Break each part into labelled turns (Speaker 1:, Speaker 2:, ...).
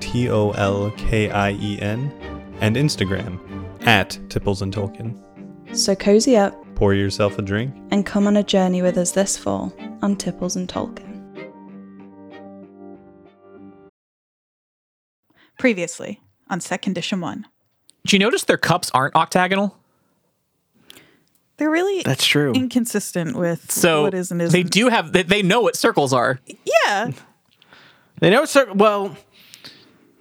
Speaker 1: T O L K I E N. And Instagram, at Tipples and Tolkien.
Speaker 2: So cozy up
Speaker 1: Pour yourself a drink.
Speaker 2: and come on a journey with us this fall on Tipples and Tolkien.
Speaker 3: previously on Second Edition 1.
Speaker 4: Do you notice their cups aren't octagonal?
Speaker 3: They're really
Speaker 5: That's true.
Speaker 3: inconsistent with
Speaker 4: So
Speaker 3: what is and isn't.
Speaker 4: they do have they, they know what circles are.
Speaker 3: Yeah.
Speaker 5: They know it's cir- well.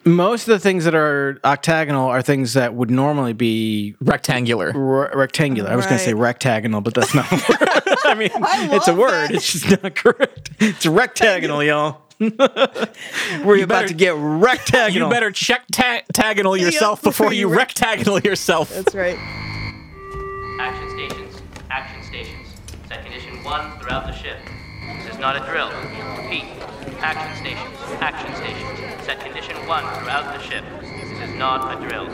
Speaker 5: Most of the things that are octagonal are things that would normally be
Speaker 4: Rectangular.
Speaker 5: r- rectangular. I was going to say
Speaker 3: Right.
Speaker 5: rectagonal, but that's not. A word. I mean, it's a
Speaker 3: love
Speaker 5: word.
Speaker 3: that.
Speaker 5: It's just not correct. It's rectagonal, y'all. We're about
Speaker 4: better-
Speaker 5: to get rectagonal.
Speaker 4: You better check ta- tagonal yourself
Speaker 3: before
Speaker 4: before you
Speaker 3: you rect-
Speaker 4: rectagonal yourself.
Speaker 3: That's right.
Speaker 6: Action stations. Action stations. Set condition one throughout the ship. This is not a drill. Repeat. Action stations. Action stations. Set condition one throughout the ship. This is not a drill.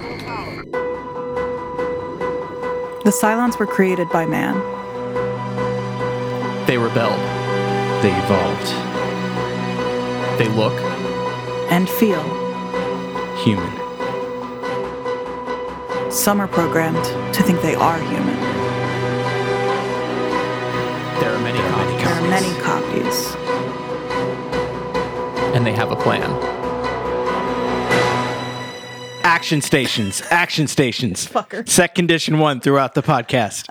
Speaker 3: The Cylons were created by man.
Speaker 4: They rebel.
Speaker 5: They evolved
Speaker 4: They look.
Speaker 3: and feel.
Speaker 5: human.
Speaker 3: Some are programmed to think they are human.
Speaker 4: There are many copies.
Speaker 3: There are many copies.
Speaker 4: And they have a plan.
Speaker 5: Action stations. Action stations. Fucker. Sec condition one throughout the podcast.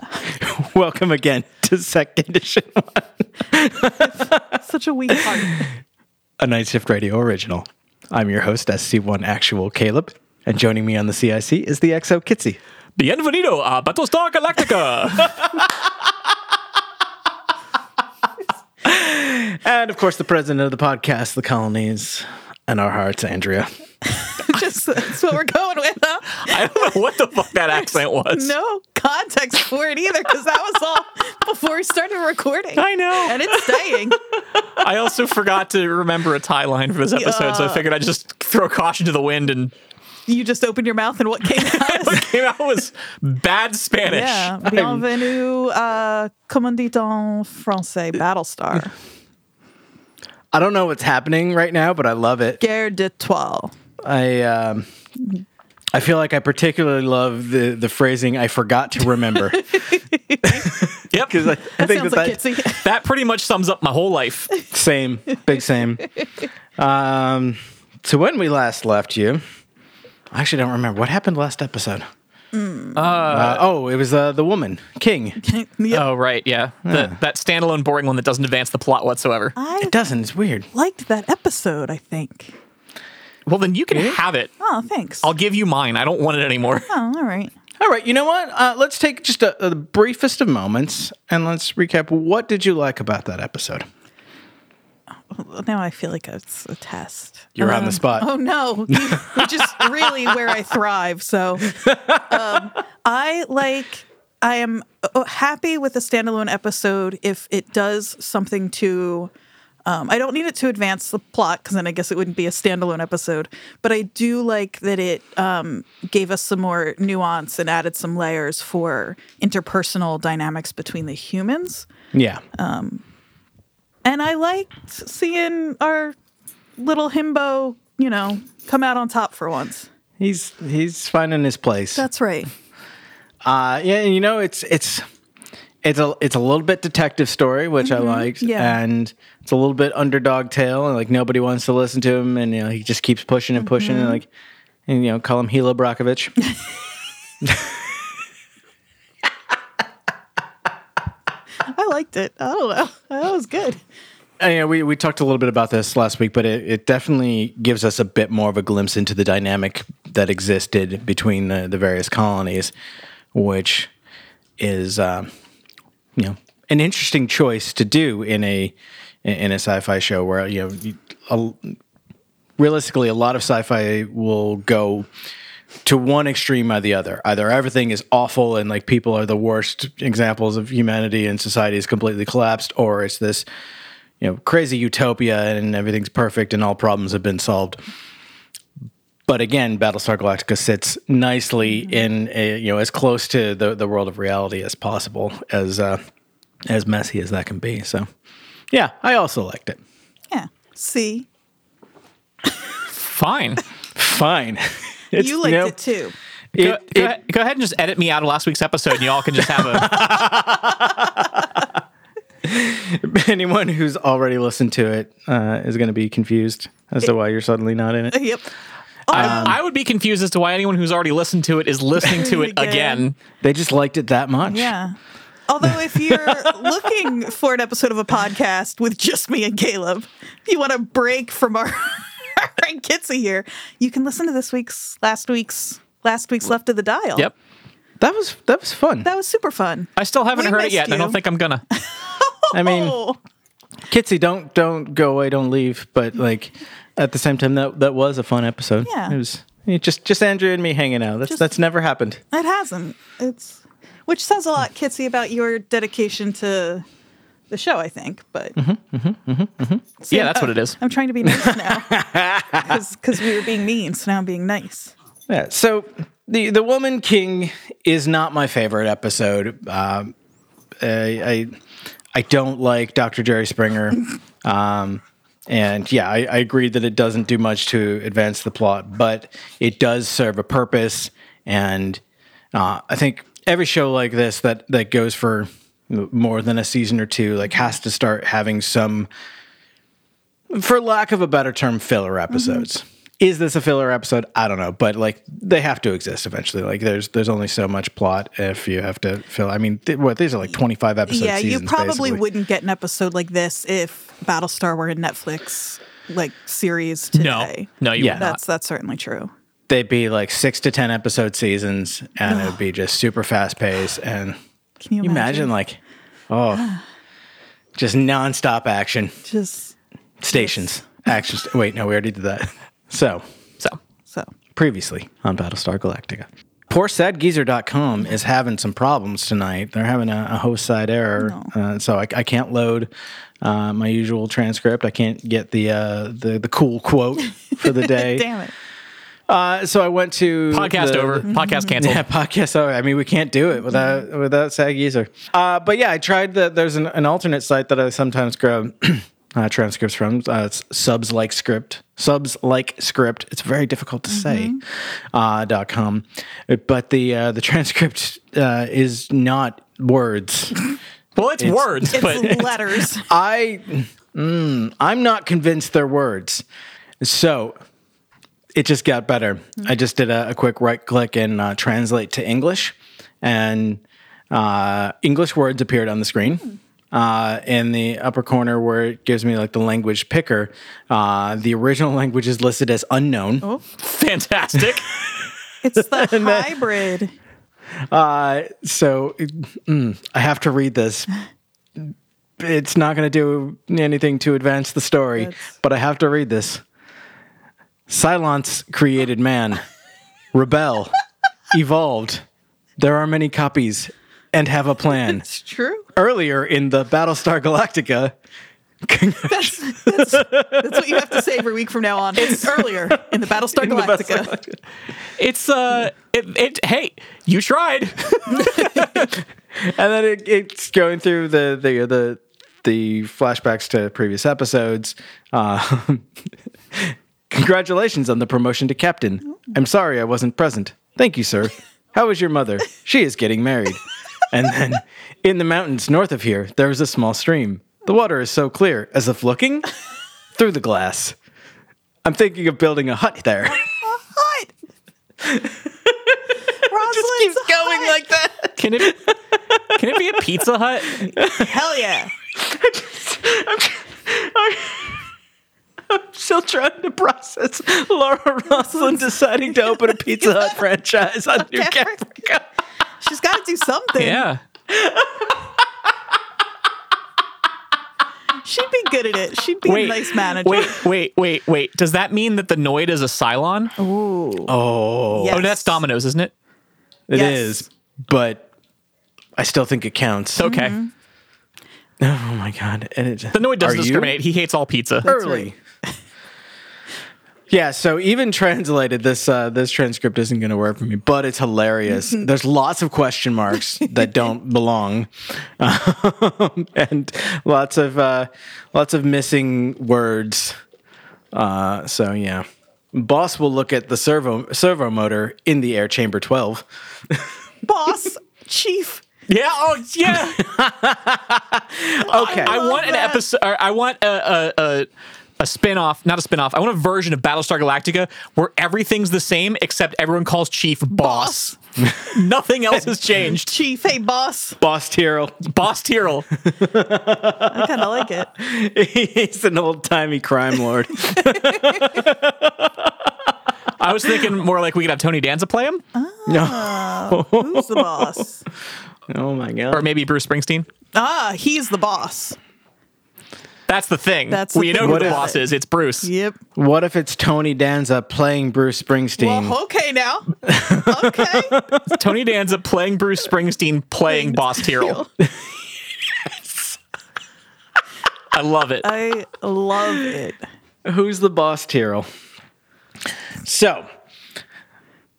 Speaker 5: Welcome again to sec condition one,
Speaker 3: Such a weak part.
Speaker 5: a night shift radio original. I'm your host, SC1 Actual Caleb, and joining me on the CIC is the XO Kitsy.
Speaker 4: Bienvenido a Battlestar Galactica.
Speaker 5: And of course, the president of the podcast, the colonies, and our hearts, Andrea.
Speaker 3: Just that's what we're going with. Huh?
Speaker 4: I don't know what the fuck that accent was.
Speaker 3: No context for it either, because that was all before we started recording.
Speaker 4: I know.
Speaker 3: And it's staying.
Speaker 4: I also forgot to remember a tie line for this episode, so I
Speaker 3: Yeah.
Speaker 4: figured I'd just throw caution to the wind and
Speaker 3: You just opened your mouth and what came out?
Speaker 4: what came out was bad Spanish.
Speaker 3: Yeah, bienvenue, uh, comment dit-on français, Battlestar.
Speaker 5: I don't know what's happening right now, but I love it.
Speaker 3: Guerre d'étoiles.
Speaker 5: I um, I feel like I particularly love the the phrasing. I forgot to remember.
Speaker 4: Yep.
Speaker 5: I, I
Speaker 3: That sounds like
Speaker 5: that-
Speaker 3: Kitsy.
Speaker 4: that pretty much sums up my whole life.
Speaker 5: same, big same. Um, so when we last left you, I actually don't remember what happened last episode. Uh, oh, it was uh, the woman king.
Speaker 4: Oh right, yeah. The, that standalone boring one that doesn't advance the plot whatsoever.
Speaker 3: I
Speaker 5: It doesn't. It's weird.
Speaker 3: liked that episode, I think.
Speaker 4: Well, then you can have it.
Speaker 3: Oh, thanks.
Speaker 4: I'll give you mine. I don't want it anymore.
Speaker 3: oh, all right.
Speaker 5: All right, you know what? Uh, let's take just a, the briefest of moments and let's recap. What did you like about that episode?
Speaker 3: Now I feel like it's a test.
Speaker 5: You're on the spot.
Speaker 3: Oh no, which is really where I thrive. So um, I like. I am uh, happy with a standalone episode if it does something to. Um, I don't need it to advance the plot because then I guess it wouldn't be a standalone episode. But I do like that it um, gave us some more nuance and added some layers for interpersonal dynamics between the humans.
Speaker 5: Yeah,
Speaker 3: Oh. And I liked seeing our little himbo, you know, come out on top for once.
Speaker 5: he's he's finding his place.
Speaker 3: That's right.
Speaker 5: Uh, yeah, and you know it's it's it's a it's a little bit detective story, which I liked,
Speaker 3: Mm-hmm. yeah.
Speaker 5: and it's a little bit underdog tale, and like nobody wants to listen to him, and you know he just keeps pushing and pushing,
Speaker 3: Mm-hmm.
Speaker 5: and like and you know call him Hilo Brokovich.
Speaker 3: I liked it. I don't know. That was good.
Speaker 5: Uh, yeah, we, we talked a little bit about this last week, but it, it definitely gives us a bit more of a glimpse into the dynamic that existed between the, the various colonies, which is um, you know an interesting choice to do in a in a sci-fi show where you know you- a, realistically a lot of sci-fi will go to one extreme or the other. Either everything is awful and like people are the worst examples of humanity and society is completely collapsed, or it's this you know crazy utopia and everything's perfect and all problems have been solved. But again, Battlestar Galactica sits nicely in a, you know as close to the the world of reality as possible, as uh, as messy as that can be. So, yeah, I also liked it.
Speaker 3: Yeah. See,
Speaker 4: Fine.
Speaker 5: Fine. It's-
Speaker 3: you liked
Speaker 5: no-
Speaker 3: it too.
Speaker 4: Go,
Speaker 5: It,
Speaker 4: go
Speaker 5: it-
Speaker 4: ahead, go ahead and just edit me out of last week's episode, and y'all can just have a.
Speaker 5: anyone who's already listened to it uh, is going to be confused as to why you're suddenly not in it.
Speaker 3: Yep.
Speaker 4: I, I would be confused as to why anyone who's already listened to it is listening to it again.
Speaker 5: They just liked it that much.
Speaker 3: Yeah. Although, if you're looking for an episode of a podcast with just me and Caleb, if you want a break from our our Kitsy here, you can listen to this week's, last week's, last week's Left of the Dial.
Speaker 4: Yep.
Speaker 5: that was that was fun.
Speaker 3: That was super fun.
Speaker 4: I still haven't
Speaker 3: We
Speaker 4: heard it
Speaker 3: missed
Speaker 4: yet. and I
Speaker 3: you.
Speaker 4: don't think I'm gonna.
Speaker 5: I mean,
Speaker 3: Oh,
Speaker 5: Kitsy, don't don't go away, don't leave. But like at the same time, that that was a fun episode.
Speaker 3: Yeah.
Speaker 5: it was it just just Andrew and me hanging out. That's
Speaker 3: Just-
Speaker 5: that's never happened.
Speaker 3: it hasn't. It's which says a lot, Kitsy, about your dedication to the show. I think, but
Speaker 4: Mm-hmm, Yeah, that's what it is.
Speaker 3: I'm trying to be nice now because we were being mean, so now I'm being nice.
Speaker 5: Yeah. So the the Woman King is not my favorite episode. Um, I, I I don't like Dr. Jerry Springer. Um, and yeah, I, I agree that it doesn't do much to advance the plot, but it does serve a purpose. And uh, I think every show like this that that goes for more than a season or two like has to start having some for lack of a better term, filler episodes.
Speaker 3: Mm-hmm.
Speaker 5: Is this a filler episode? I don't know, but like they have to exist eventually. Like there's there's only so much plot if you have to fill. I mean, th- what these are like 25 episodes.
Speaker 3: yeah, you probably wouldn't get an episode like this if Battlestar were a Netflix like series
Speaker 4: No,
Speaker 3: today.
Speaker 4: no, you
Speaker 5: Yeah.
Speaker 4: would not.
Speaker 3: that's that's certainly true.
Speaker 5: They'd be like six to 10 episode seasons, and it'd be just super fast paced. And
Speaker 3: Can you
Speaker 5: you
Speaker 3: imagine?
Speaker 5: imagine, like, oh, just nonstop action
Speaker 3: Just
Speaker 5: stations. Action. St- Wait, no, we already did that. So
Speaker 4: So
Speaker 3: so
Speaker 5: previously on Battlestar Galactica. Poor sadgeezer.com is having some problems tonight. They're having a, a host side error. Uh, so I, I can't load uh, my usual transcript. I can't get the, uh, the the cool quote for the day.
Speaker 3: damn it.
Speaker 5: Uh, so I went to
Speaker 4: podcast
Speaker 5: the-
Speaker 4: over. Podcast canceled.
Speaker 5: yeah, podcast. over. I mean, we can't do it without without SAG user. Uh, but yeah, I tried the. There's an, an alternate site that I sometimes grab uh, transcripts from. Uh, it's subs like script. Subs like script. It's very difficult to say. Uh, dot com, but the uh, the transcript uh, is not words.
Speaker 4: Well, it's, words,
Speaker 3: It's
Speaker 4: but
Speaker 3: letters.
Speaker 5: I mm, I'm not convinced they're words. So it just got better. I just did a, a quick right click and uh, translate to English, and uh, English words appeared on the screen. Uh, in the upper corner where it gives me like the language picker, uh, the original language is listed as unknown.
Speaker 4: fantastic.
Speaker 3: It's the hybrid.
Speaker 5: Uh, so mm, I have to read this. It's not going to do anything to advance the story,
Speaker 3: That's-
Speaker 5: but I have to read this. Silence created man, rebel, evolved. There are many copies and have a plan.
Speaker 3: It's true.
Speaker 5: Earlier in the Battlestar Galactica,
Speaker 3: That's, that's, that's what you have to say every week from now on. It's earlier in the Battlestar
Speaker 5: in the
Speaker 3: Galactica.
Speaker 5: Battlestar Galactica.
Speaker 4: It's uh, it, it. Hey, you tried.
Speaker 5: and then it, it's going through the the the the flashbacks to previous episodes. Uh, Congratulations on the promotion to captain. I'm sorry I wasn't present. Thank you, sir. How is your mother? She is getting married. And then, in the mountains north of here, there is a small stream. The water is so clear, as if looking through the glass. I'm thinking of building a hut there.
Speaker 3: Hot. Rosalind's going like that.
Speaker 4: Can it? Can it be a Pizza Hut?
Speaker 3: Hell yeah.
Speaker 5: Still trying to process Laura Roslin deciding to open a Pizza Hut franchise on New Caprica.
Speaker 3: She's got to do something.
Speaker 4: Yeah.
Speaker 3: She'd be good at it. She'd be a nice manager.
Speaker 4: Wait, wait, wait, wait. Does that mean that the Noid is a Cylon? Oh,
Speaker 5: Oh,
Speaker 3: Yes.
Speaker 4: no, that's Domino's, isn't it?
Speaker 5: it is,
Speaker 3: Yes.
Speaker 5: but I still think it counts.
Speaker 4: Okay.
Speaker 3: Mm-hmm.
Speaker 5: Oh my god! And it,
Speaker 4: The Noid doesn't
Speaker 5: Are you?
Speaker 4: discriminate. He hates all pizza.
Speaker 5: early. yeah, so even translated, this uh, this transcript isn't going to work for me, but it's hilarious. There's lots of question marks that don't belong, um, and lots of uh, lots of missing words. Uh, so yeah, boss will look at the servo servo motor in the air chamber twelve.
Speaker 3: Boss, chief.
Speaker 4: Yeah. Oh, yeah.
Speaker 5: Okay,
Speaker 4: I want an
Speaker 3: that.
Speaker 4: episode. Or I want a a, a a spin-off, not a spin-off. I want a version of Battlestar Galactica where everything's the same except everyone calls Chief Boss. Nothing else has changed.
Speaker 3: Chief, hey boss.
Speaker 5: boss Tyrell.
Speaker 4: Boss Tyrell.
Speaker 3: I kind of like it.
Speaker 5: He's an old timey crime lord.
Speaker 4: I was thinking more like we could have Tony Danza play him,
Speaker 5: no,
Speaker 3: Who's the boss?
Speaker 5: oh my god.
Speaker 4: or maybe Bruce Springsteen.
Speaker 3: Ah, he's the boss.
Speaker 4: That's the thing.
Speaker 3: That's the
Speaker 4: we know
Speaker 3: thing
Speaker 4: who
Speaker 5: about
Speaker 4: the
Speaker 5: it.
Speaker 4: boss is. It's Bruce.
Speaker 3: Yep.
Speaker 5: What if it's Tony Danza playing Bruce Springsteen?
Speaker 3: Well, okay now. Okay.
Speaker 4: Tony Danza playing Bruce Springsteen playing Boss Tyrell. I love it.
Speaker 3: I love it.
Speaker 5: Who's the boss, Tyrell? So,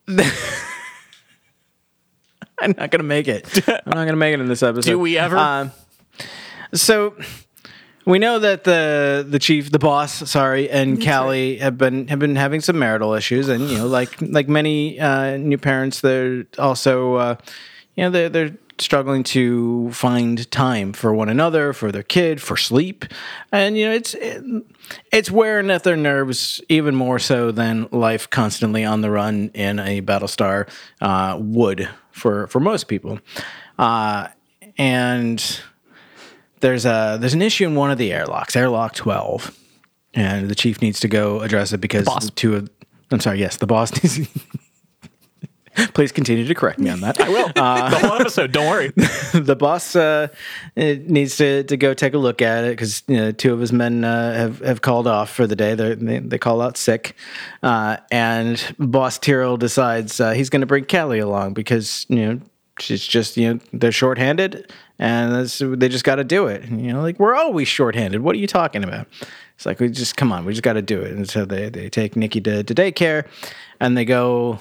Speaker 5: I'm not gonna make it. I'm not gonna make it in this episode.
Speaker 4: Do we ever?
Speaker 5: Um, so, we know that the the chief, the boss, sorry, and Callie have been have been having some marital issues, and you know, like like many uh, new parents, they're also uh, you know they're they're struggling to find time for one another, for their kid, for sleep, and you know it's it's wearing at their nerves even more so than life constantly on the run in a Battlestar uh, would for for most people. Uh, and there's a there's an issue in one of the airlocks, airlock twelve, and the chief needs to go address it because
Speaker 4: boss.
Speaker 5: the two of I'm sorry, yes, the boss needs. Please continue to correct me on that. Uh, I will.
Speaker 4: the whole episode. Don't worry.
Speaker 5: the boss uh, it needs to, to go take a look at it because you know, two of his men uh, have, have called off for the day. They're, they they call out sick, uh, and boss Tyrrell decides uh, he's going to bring Callie along because you know she's just you know they're shorthanded and that's, they just got to do it. And, you know, like we're always shorthanded. What are you talking about? It's like we just come on, we just got to do it. And so they they take Nikki to, to daycare, and they go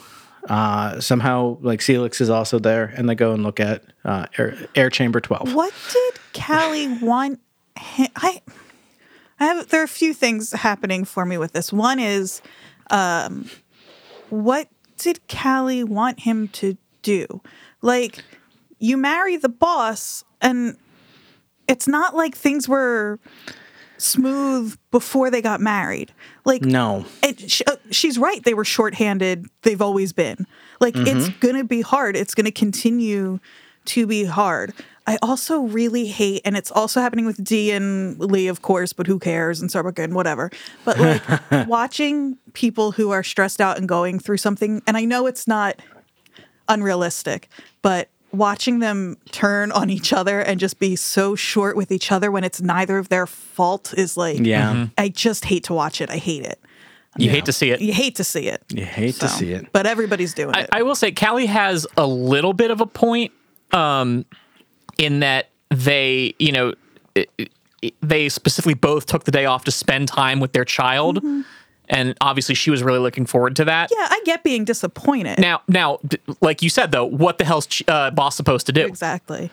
Speaker 5: uh, somehow like Celix is also there, and they go and look at uh, air, air chamber twelve.
Speaker 3: What did Callie want? hi- I, I have. There are a few things happening for me with this. One is, um, what did Callie want him to do? Like, you marry the boss, and it's not like things were smooth before they got married. Like,
Speaker 5: No,
Speaker 3: it, sh- uh, she's right. They were shorthanded. They've always been. Like it's gonna be hard. It's gonna continue to be hard. I also really hate, and it's also happening with Dee and Lee, of course, but who cares? And Sarbuck and whatever. But like watching people who are stressed out and going through something, and I know it's not unrealistic, but watching them turn on each other and just be so short with each other when it's neither of their fault is like,
Speaker 5: yeah,
Speaker 3: I just hate to watch it. I hate it
Speaker 4: You Mm-hmm. hate to see it.
Speaker 3: you hate to see it.
Speaker 5: you hate to see it.
Speaker 3: But everybody's doing
Speaker 4: I,
Speaker 3: it.
Speaker 4: I will say Callie has a little bit of a point um, in that they, you know, it- it- they specifically both took the day off to spend time with their child. And obviously she was really looking forward to that.
Speaker 3: Mm-hmm. yeah, I get being disappointed.
Speaker 4: Now, now, d- like you said, though, what the hell's Ch- uh, boss supposed to do?
Speaker 3: exactly.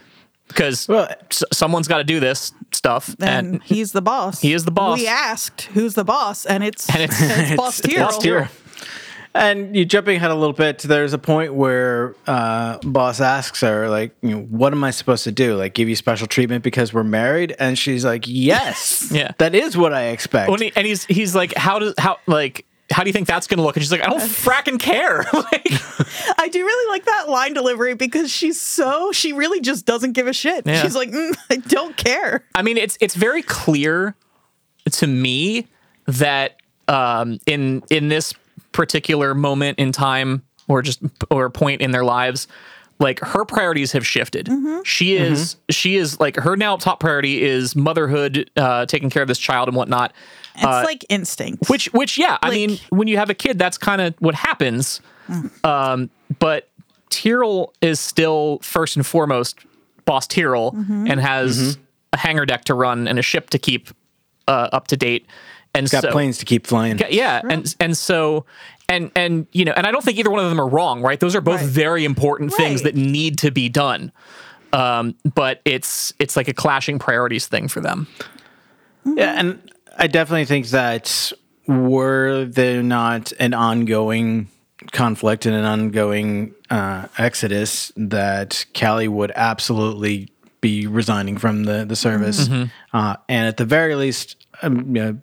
Speaker 4: Because
Speaker 5: Well,
Speaker 4: s- someone's got to do this stuff.
Speaker 3: And,
Speaker 4: And,
Speaker 3: he's the boss. He
Speaker 4: is the boss.
Speaker 3: We asked who's the boss, and it's, and
Speaker 4: it's-
Speaker 3: it's, boss
Speaker 4: it's
Speaker 3: Tyrell.
Speaker 4: Boss Tyrell.
Speaker 5: And you jumping ahead a little bit, there's a point where uh, boss asks her, like, you know, what am I supposed to do? Like, give you special treatment because we're married? And she's like, yes,
Speaker 4: Yeah.
Speaker 5: that is what I expect.
Speaker 4: when he, and he's he's like, how does how like how do you think that's gonna look? And she's like, I don't fracking care. like,
Speaker 3: I do really like that line delivery because she's so she really just doesn't give a shit.
Speaker 4: Yeah.
Speaker 3: She's like, mm, I don't care.
Speaker 4: I mean, it's it's very clear to me that um, in in this particular moment in time or just or point in their lives, like her priorities have shifted. She is she is like her now top priority is motherhood, uh, taking care of this child and whatnot.
Speaker 3: It's like instinct.
Speaker 4: Uh, Which, which, yeah, I
Speaker 3: Like-
Speaker 4: mean, when you have a kid, that's kind of what happens. Um, but Tyrell is still first and foremost boss Tyrell
Speaker 3: Mm-hmm.
Speaker 4: and
Speaker 5: Mm-hmm.
Speaker 4: has a hangar deck to run and a ship to keep uh, up to date. And
Speaker 5: Got
Speaker 4: so,
Speaker 5: planes to keep flying.
Speaker 4: yeah, yeah, and and so and and you know, and I don't think either one of them are wrong, right? Those are both
Speaker 3: Right.
Speaker 4: very important things
Speaker 3: Right.
Speaker 4: that need to be done. Um, but it's it's like a clashing priorities thing for them.
Speaker 5: Yeah, and I definitely think that were there not an ongoing conflict and an ongoing uh, exodus, that Callie would absolutely be resigning from the the service,
Speaker 3: Mm-hmm.
Speaker 5: uh, and at the very least, um, you know,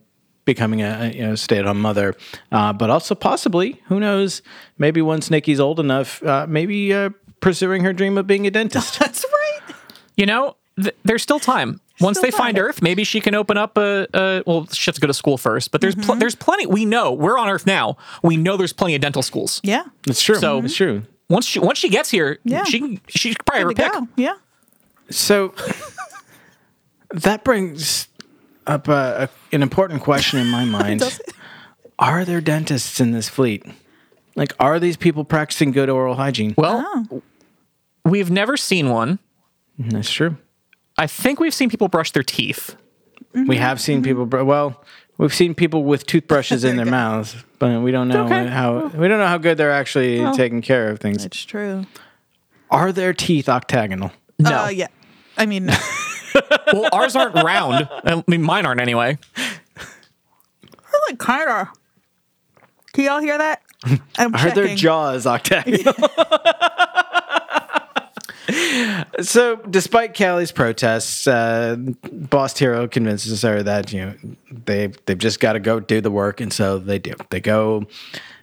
Speaker 5: becoming a, a, you know stay at home mother. Uh, but also possibly, who knows? Maybe once Nikki's old enough, uh, maybe uh, pursuing her dream of being a dentist.
Speaker 3: That's right.
Speaker 4: you know, th- there's still time. Once
Speaker 3: Still
Speaker 4: they find
Speaker 3: time.
Speaker 4: Earth, maybe she can open up a, a well. She has to go to school first, but there's
Speaker 3: Mm-hmm.
Speaker 4: pl- there's plenty. We know we're on Earth now. We know there's plenty of dental schools.
Speaker 3: Yeah.
Speaker 5: it's true.
Speaker 4: So-
Speaker 5: it's true.
Speaker 4: Once she once she gets here,
Speaker 3: Yeah.
Speaker 4: she can she can probably
Speaker 3: Good to
Speaker 4: pick.
Speaker 3: go. Yeah.
Speaker 5: So that brings up a, a, an important question in my mind. are there dentists in this fleet? Like, are these people practicing good oral hygiene?
Speaker 4: Well,
Speaker 3: Uh-huh.
Speaker 4: we've never seen one.
Speaker 5: That's true.
Speaker 4: I think we've seen people brush their teeth.
Speaker 5: We have seen people, br- well, we've seen people with toothbrushes in their mouths, but we don't know
Speaker 4: Okay.
Speaker 5: how we don't know how good they're actually taking care of things.
Speaker 3: It's true.
Speaker 5: Are their teeth octagonal?
Speaker 4: No,
Speaker 3: Uh, yeah. I mean, no.
Speaker 4: well, ours aren't round. I mean, mine aren't anyway.
Speaker 3: We're like kind of. Can y'all hear that? I'm
Speaker 5: Are their
Speaker 3: checking.
Speaker 5: jaws octagonal? so, despite Callie's protests, uh, Boss Hero convinces her that you know they they've just got to go do the work, and so they do. They go.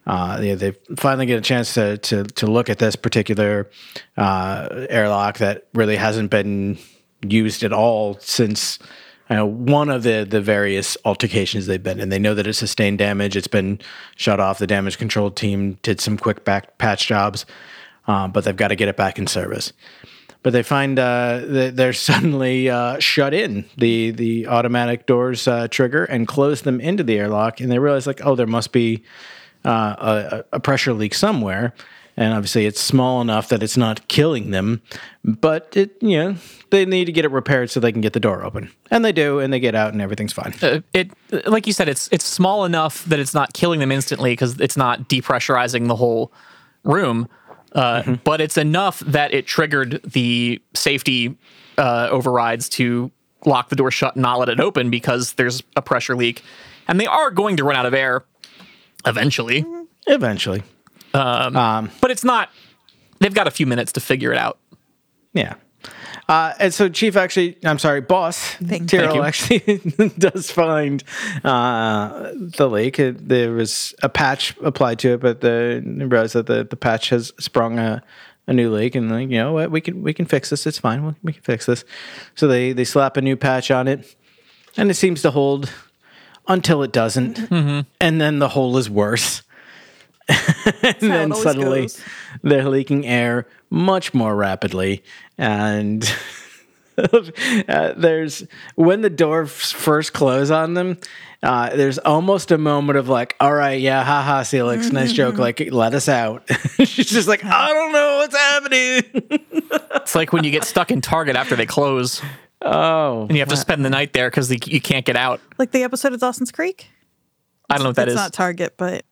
Speaker 5: Uh, they, they finally get a chance to to, to look at this particular uh, airlock that really hasn't been used at all since uh, one of the the various altercations they've been in. They know that it sustained damage. It's been shut off. The damage control team did some quick back patch jobs, uh, but they've got to get it back in service. But they find uh, that they're suddenly uh, shut in the the automatic doors uh, trigger and close them into the airlock, and they realize like, oh, there must be uh, a, a pressure leak somewhere. And obviously, it's small enough that it's not killing them, but it, you know, they need to get it repaired so they can get the door open. And they do, and they get out, and everything's fine.
Speaker 4: Uh, It like you said, it's it's small enough that it's not killing them instantly because it's not depressurizing the whole room, uh, but it's enough that it triggered the safety uh, overrides to lock the door shut and not let it open because there's a pressure leak, and they are going to run out of air eventually.
Speaker 5: Eventually,
Speaker 4: But it's not. They've got a few minutes to figure it out.
Speaker 5: yeah. Uh, and so, Chief actually, I'm sorry, Boss
Speaker 3: Thank-
Speaker 5: Tyrell
Speaker 4: Thank you.
Speaker 5: actually does find uh, the leak. It, there was a patch applied to it, but the they realized that the, the patch has sprung a, a new leak, and like, you know what, we can we can fix this. It's fine. We, we can fix this. So they they slap a new patch on it, and it seems to hold until it doesn't,
Speaker 3: Mm-hmm.
Speaker 5: and then the hole is worse. and then
Speaker 3: always
Speaker 5: suddenly
Speaker 3: goes.
Speaker 5: they're leaking air much more rapidly and uh, there's when the doors first close on them uh, there's almost a moment of like all right yeah haha Celix nice
Speaker 3: Mm-hmm.
Speaker 5: joke like let us out she's just like I don't know what's happening
Speaker 4: It's like when you get stuck in Target after they close
Speaker 5: oh
Speaker 4: and you have to spend the night there because you can't get out.
Speaker 3: like the episode of Dawson's Creek.
Speaker 4: I don't know what that
Speaker 3: That's
Speaker 4: is.
Speaker 3: not Target, but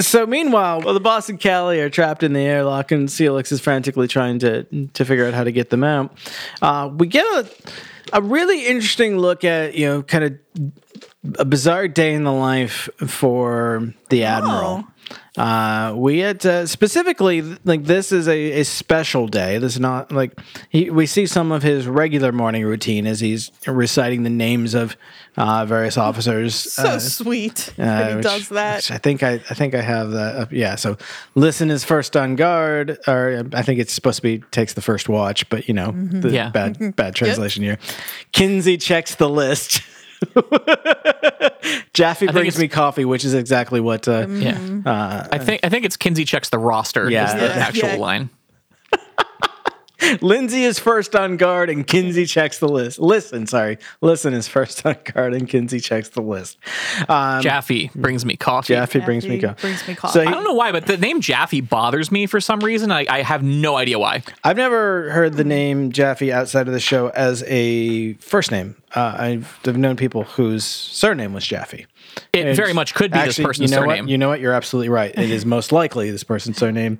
Speaker 5: so meanwhile well, the boss and Callie are trapped in the airlock and Celix is frantically trying to to figure out how to get them out uh, we get a a really interesting look at you know kind of a bizarre day in the life for the admiral. Uh, we had uh, specifically like this is a, a special day. This is not like he, we see some of his regular morning routine as he's reciting the names of uh, various officers.
Speaker 3: so
Speaker 5: uh,
Speaker 3: sweet
Speaker 5: uh,
Speaker 3: that he
Speaker 5: which-
Speaker 3: does that.
Speaker 5: which I think I, I think I have that. Up. Yeah. So listen is first on guard, or I think it's supposed to be takes the first watch, but you know,
Speaker 3: Mm-hmm.
Speaker 5: the
Speaker 4: Yeah.
Speaker 5: bad bad translation here. Kinsey checks the list. Jaffe brings
Speaker 4: it's-
Speaker 5: me coffee, which is exactly what. Uh,
Speaker 3: Mm-hmm.
Speaker 4: Yeah. I think I think it's Kinsey checks the roster.
Speaker 5: Yeah.
Speaker 4: Yeah. Is the
Speaker 5: Yeah.
Speaker 4: actual
Speaker 3: Yeah.
Speaker 4: line.
Speaker 5: Lindsay is first on guard and Kinsey checks the list. Listen, sorry. Listen is first on guard and Kinsey checks the list. Um,
Speaker 4: Jaffe brings me coffee.
Speaker 5: Jaffe brings me
Speaker 3: Jaffe
Speaker 5: coffee.
Speaker 3: brings me coffee.
Speaker 5: So
Speaker 4: I don't know why, but the name Jaffe bothers me for some reason. I, I have no idea why.
Speaker 5: I've never heard the name Jaffe outside of the show as a first name. Uh, I've, I've known people whose surname was Jaffe.
Speaker 4: It very much could be this
Speaker 5: Actually,
Speaker 4: person's
Speaker 5: you know
Speaker 4: surname.
Speaker 5: What? You know what? You're absolutely right. It is most likely this person's surname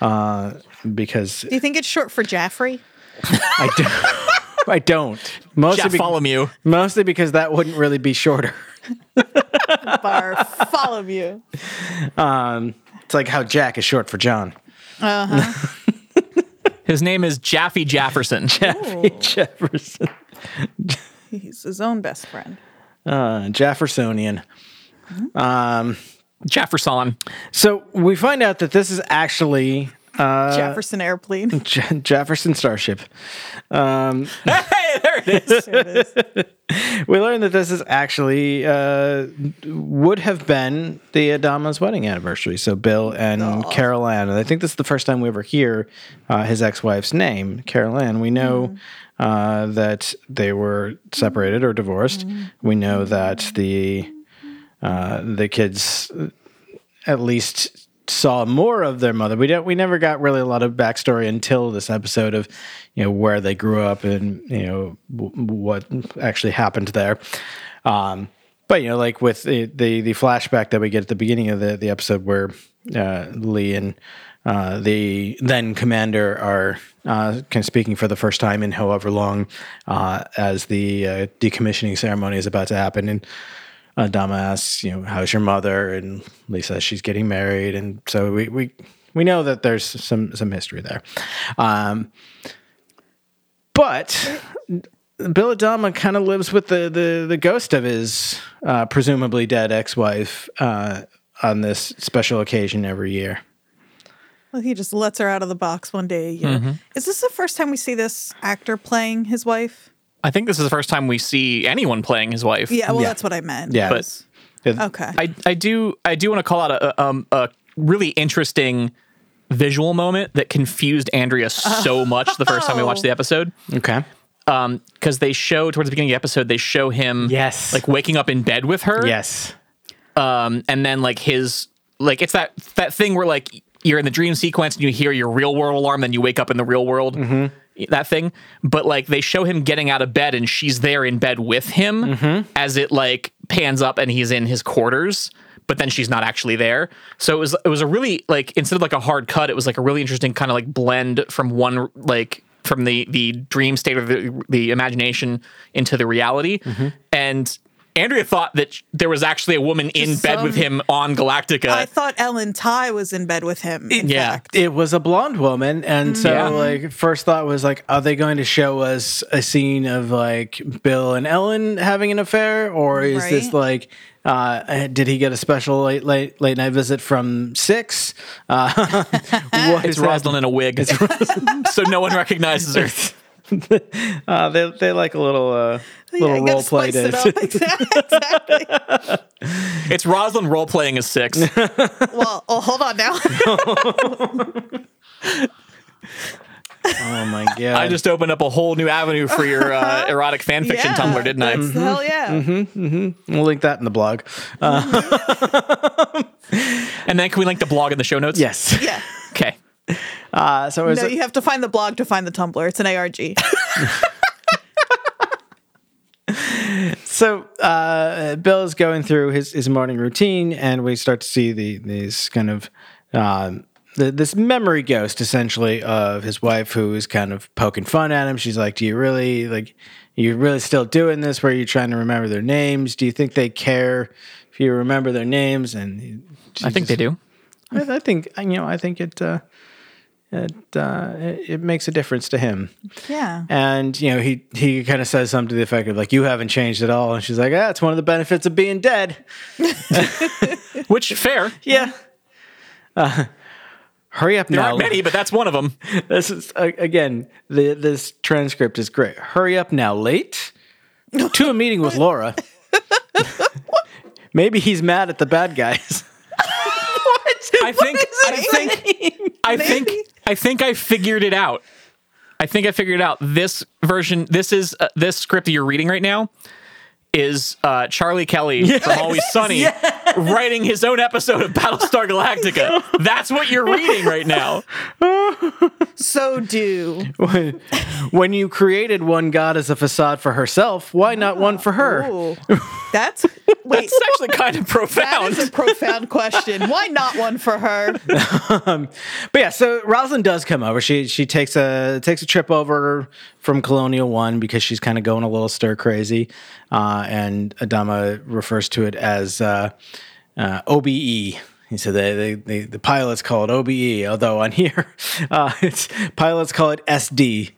Speaker 5: uh, because
Speaker 3: Do you think it's short for Jaffrey?
Speaker 5: I don't. I don't. Mostly,
Speaker 4: Jaff,
Speaker 5: be-
Speaker 4: follow me.
Speaker 5: mostly because that wouldn't really be shorter.
Speaker 3: Bar, follow you.
Speaker 5: Um, it's like how Jack is short for John.
Speaker 4: His name is Jaffe Jafferson.
Speaker 5: Jefferson.
Speaker 3: He's his own best friend.
Speaker 5: Uh, Jeffersonian.
Speaker 4: Jefferson.
Speaker 5: So we find out that this is actually Uh,
Speaker 3: Jefferson Airplane.
Speaker 5: Je- Jefferson Starship. Um,
Speaker 4: Hey, there it is.
Speaker 3: There it is.
Speaker 5: we learn that this is actually uh, would have been the Adama's wedding anniversary. So Bill and Carol Ann, and I think this is the first time we ever hear uh, his ex-wife's name, Carol Ann. We know uh, that they were separated or divorced. We know that the uh, the kids at least saw more of their mother. We don't. We never got really a lot of backstory until this episode of, you know, where they grew up and you know w- what actually happened there. Um, but you know, like with the, the the flashback that we get at the beginning of the the episode where uh, Lee and uh, the then commander are uh, kind of speaking for the first time in however long uh, as the uh, decommissioning ceremony is about to happen and. Uh, Dama asks, you know, how's your mother? And Lisa, she's getting married. And so we, we, we know that there's some, some history there. Um, but Bill Adama kind of lives with the, the, the ghost of his uh, presumably dead ex-wife uh, on this special occasion every year.
Speaker 3: Well, he just lets her out of the box one day a year.
Speaker 4: Mm-hmm.
Speaker 3: Is this the first time we see this actor playing his wife?
Speaker 4: I think this is the first time we see anyone playing his wife.
Speaker 3: Yeah, well,
Speaker 5: Yeah.
Speaker 3: that's what I meant.
Speaker 5: Yeah.
Speaker 4: But-
Speaker 5: It-
Speaker 3: Okay.
Speaker 4: I, I do I do want to call out a, a- um, a really interesting visual moment that confused Andrea so much the first time we watched the episode.
Speaker 5: Okay.
Speaker 4: Um, because they show towards the beginning of the episode, they show him
Speaker 5: Yes.
Speaker 4: like waking up in bed with her.
Speaker 5: Yes.
Speaker 4: Um, and then like his like it's that that thing where like you're in the dream sequence and you hear your real world alarm, then you wake up in the real world. That thing, but like they show him getting out of bed and she's there in bed with him as it like pans up and he's in his quarters, but then she's not actually there. So it was it was a really like instead of like a hard cut, it was like a really interesting kind of like blend from one like from the the dream state of the, the imagination into the reality and. Andrea thought that sh- there was actually a woman in
Speaker 3: Just
Speaker 4: bed with
Speaker 3: some-
Speaker 4: him on Galactica.
Speaker 3: I thought Ellen Ty was in bed with him. in
Speaker 4: Yeah.
Speaker 3: fact.
Speaker 5: It was a blonde woman, and so
Speaker 4: Yeah.
Speaker 5: like first thought was like, are they going to show us a scene of like Bill and Ellen having an affair, or is this
Speaker 3: Right.
Speaker 5: like, uh, did he get a special late late late night visit from Six? Uh, what
Speaker 4: it's
Speaker 5: is that?
Speaker 4: Rosalind in a wig, so no one recognizes her.
Speaker 5: Uh, they they like a little uh,
Speaker 3: Yeah,
Speaker 5: little
Speaker 3: you gotta
Speaker 5: role play
Speaker 3: spice it
Speaker 5: to
Speaker 3: up. exactly.
Speaker 4: It's Rosalind role playing as six.
Speaker 3: Well, oh, hold on now.
Speaker 5: Mm-hmm. Oh my god!
Speaker 4: I just opened up a whole new avenue for your uh, erotic fan fiction
Speaker 3: Yeah.
Speaker 4: Tumblr, didn't I?
Speaker 3: That's- Hell yeah.
Speaker 5: Mm-hmm. we'll link that in the blog.
Speaker 4: And then can we link the blog in the show notes?
Speaker 5: Yes.
Speaker 3: Yeah.
Speaker 4: Okay.
Speaker 5: Uh, so is
Speaker 3: No,
Speaker 5: it-
Speaker 3: you have to find the blog to find the Tumblr. It's an ARG.
Speaker 5: So uh, Bill is going through his, his morning routine, and we start to see the these kind of um, the, this memory ghost, essentially, of his wife, who is kind of poking fun at him. She's like, "Do you really like? You really still doing this? Where you trying to remember their names? Do you think they care if you remember their names?" And he-
Speaker 4: I think they do.
Speaker 5: I, I think you know. I think it uh, it, uh, it it makes a difference to him.
Speaker 3: yeah.
Speaker 5: And you know, he he kind of says something to the effect of like, "You haven't changed at all." And she's like, "Ah, it's one of the benefits of being dead."
Speaker 4: Which, fair.
Speaker 5: Yeah. Uh, hurry up
Speaker 4: There
Speaker 5: now!
Speaker 4: aren't many, but that's one of them.
Speaker 5: This is uh, again. The, this transcript is great. Hurry up now! Late to a meeting with Laura. Maybe he's mad at the bad guys.
Speaker 4: I think, I think, I think, I think I figured it out. I think I figured it out this version. This is uh, this script that you're reading right now is uh, Charlie Kelly from Always Sunny writing his own episode of Battlestar Galactica. That's what you're reading right now.
Speaker 3: So do.
Speaker 5: When, when you created one god as a facade for herself, why not one for her?
Speaker 3: Ooh. That's wait.
Speaker 4: It's actually kind of
Speaker 3: that
Speaker 4: profound.
Speaker 3: is a profound question. Why not one for her?
Speaker 5: But yeah, so Rosalind does come over. She she takes a takes a trip over from Colonial One because she's kind of going a little stir crazy, uh, and Adama refers to it as uh, uh, OBE. He said they, they, they, the pilots call it OBE, although on here, uh, it's pilots call it SD.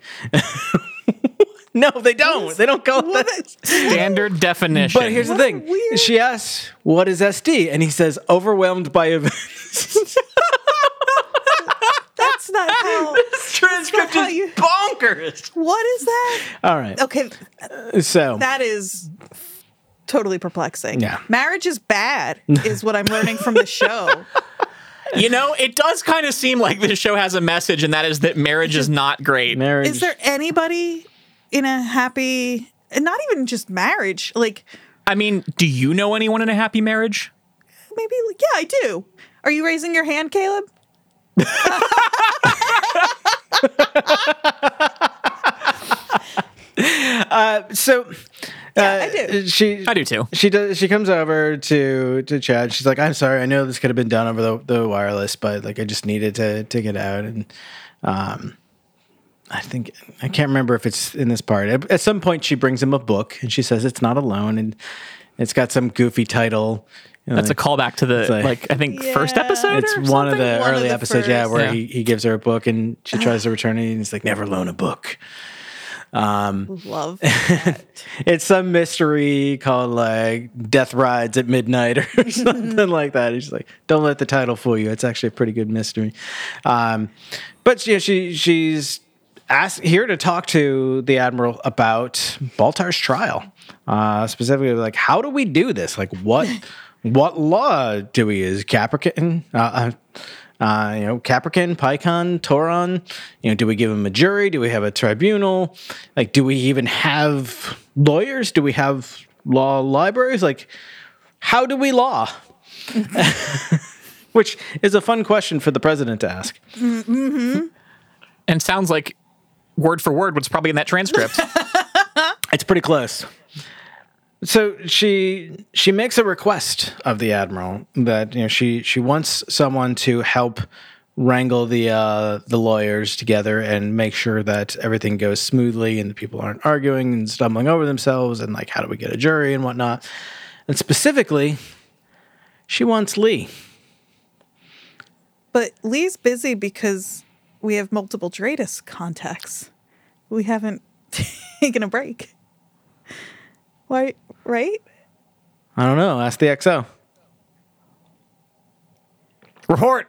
Speaker 5: no, they don't. They don't call it that.
Speaker 4: Standard definition.
Speaker 5: But here's the
Speaker 3: What a
Speaker 5: thing.
Speaker 3: weird-
Speaker 5: She asks, "What is SD?" And he says, "Overwhelmed by events."
Speaker 3: That's not how.
Speaker 5: Transcript
Speaker 3: how you-
Speaker 5: is bonkers.
Speaker 3: What is that?
Speaker 5: All right.
Speaker 3: Okay,
Speaker 5: So
Speaker 3: that is totally perplexing.
Speaker 5: Yeah.
Speaker 3: Marriage is bad, is what I'm learning from the show.
Speaker 4: you know, it does kind of seem like this show has a message, and that is that marriage is not great.
Speaker 5: marriage.
Speaker 3: is there anybody in a happy, and not even just marriage, like
Speaker 4: I mean, do you know anyone in a happy marriage?
Speaker 3: maybe, like, yeah, I do. Are you raising your hand, Caleb?
Speaker 5: so
Speaker 3: Yeah, I
Speaker 4: Uh,
Speaker 3: do.
Speaker 5: she
Speaker 4: I do too.
Speaker 5: She does. She comes over to to Chad. She's like, "I'm sorry. I know this could have been done over the, the wireless, but like, I just needed to to get out." And um, I think I can't remember if it's in this part. At, at some point, she brings him a book, and she says it's not alone, and it's got some goofy title. You know,
Speaker 4: That's a callback to the
Speaker 5: like-
Speaker 4: like, I think first
Speaker 3: Yeah.
Speaker 4: episode.
Speaker 5: It's
Speaker 4: or
Speaker 5: one of
Speaker 4: something?
Speaker 5: the
Speaker 3: One of
Speaker 5: early
Speaker 3: the
Speaker 5: episodes, yeah,
Speaker 3: first.
Speaker 5: where
Speaker 4: Yeah.
Speaker 5: He, he gives her a book and she tries to return it, and he's like, "Never loan a book." Um,
Speaker 3: Love.
Speaker 4: uh,
Speaker 5: It's some mystery called like Death Rides at Midnight or something like that. It's like, don't let the title fool you. It's actually a pretty good mystery. Um, but you know, she she's asked here to talk to the admiral about Baltar's trial, uh, specifically like how do we do this? Like what what law do we use? Capricorn. Uh, uh, uh, you know, Capricorn, Pycon, Toron. You know, do we give him a jury? Do we have a tribunal? Like, do we even have lawyers? Do we have law libraries? Like, how do we law? Which is a fun question for the president to ask.
Speaker 4: and sounds like word for word what's probably in that transcript.
Speaker 5: It's pretty close. So she she makes a request of the admiral that you know she she wants someone to help wrangle the uh, the lawyers together and make sure that everything goes smoothly and the people aren't arguing and stumbling over themselves and like how do we get a jury and whatnot. And specifically, she wants Lee.
Speaker 3: But Lee's busy because we have multiple Dratus contacts. We haven't taken a break. Why, right?
Speaker 5: I don't know. Ask the XO.
Speaker 4: Report.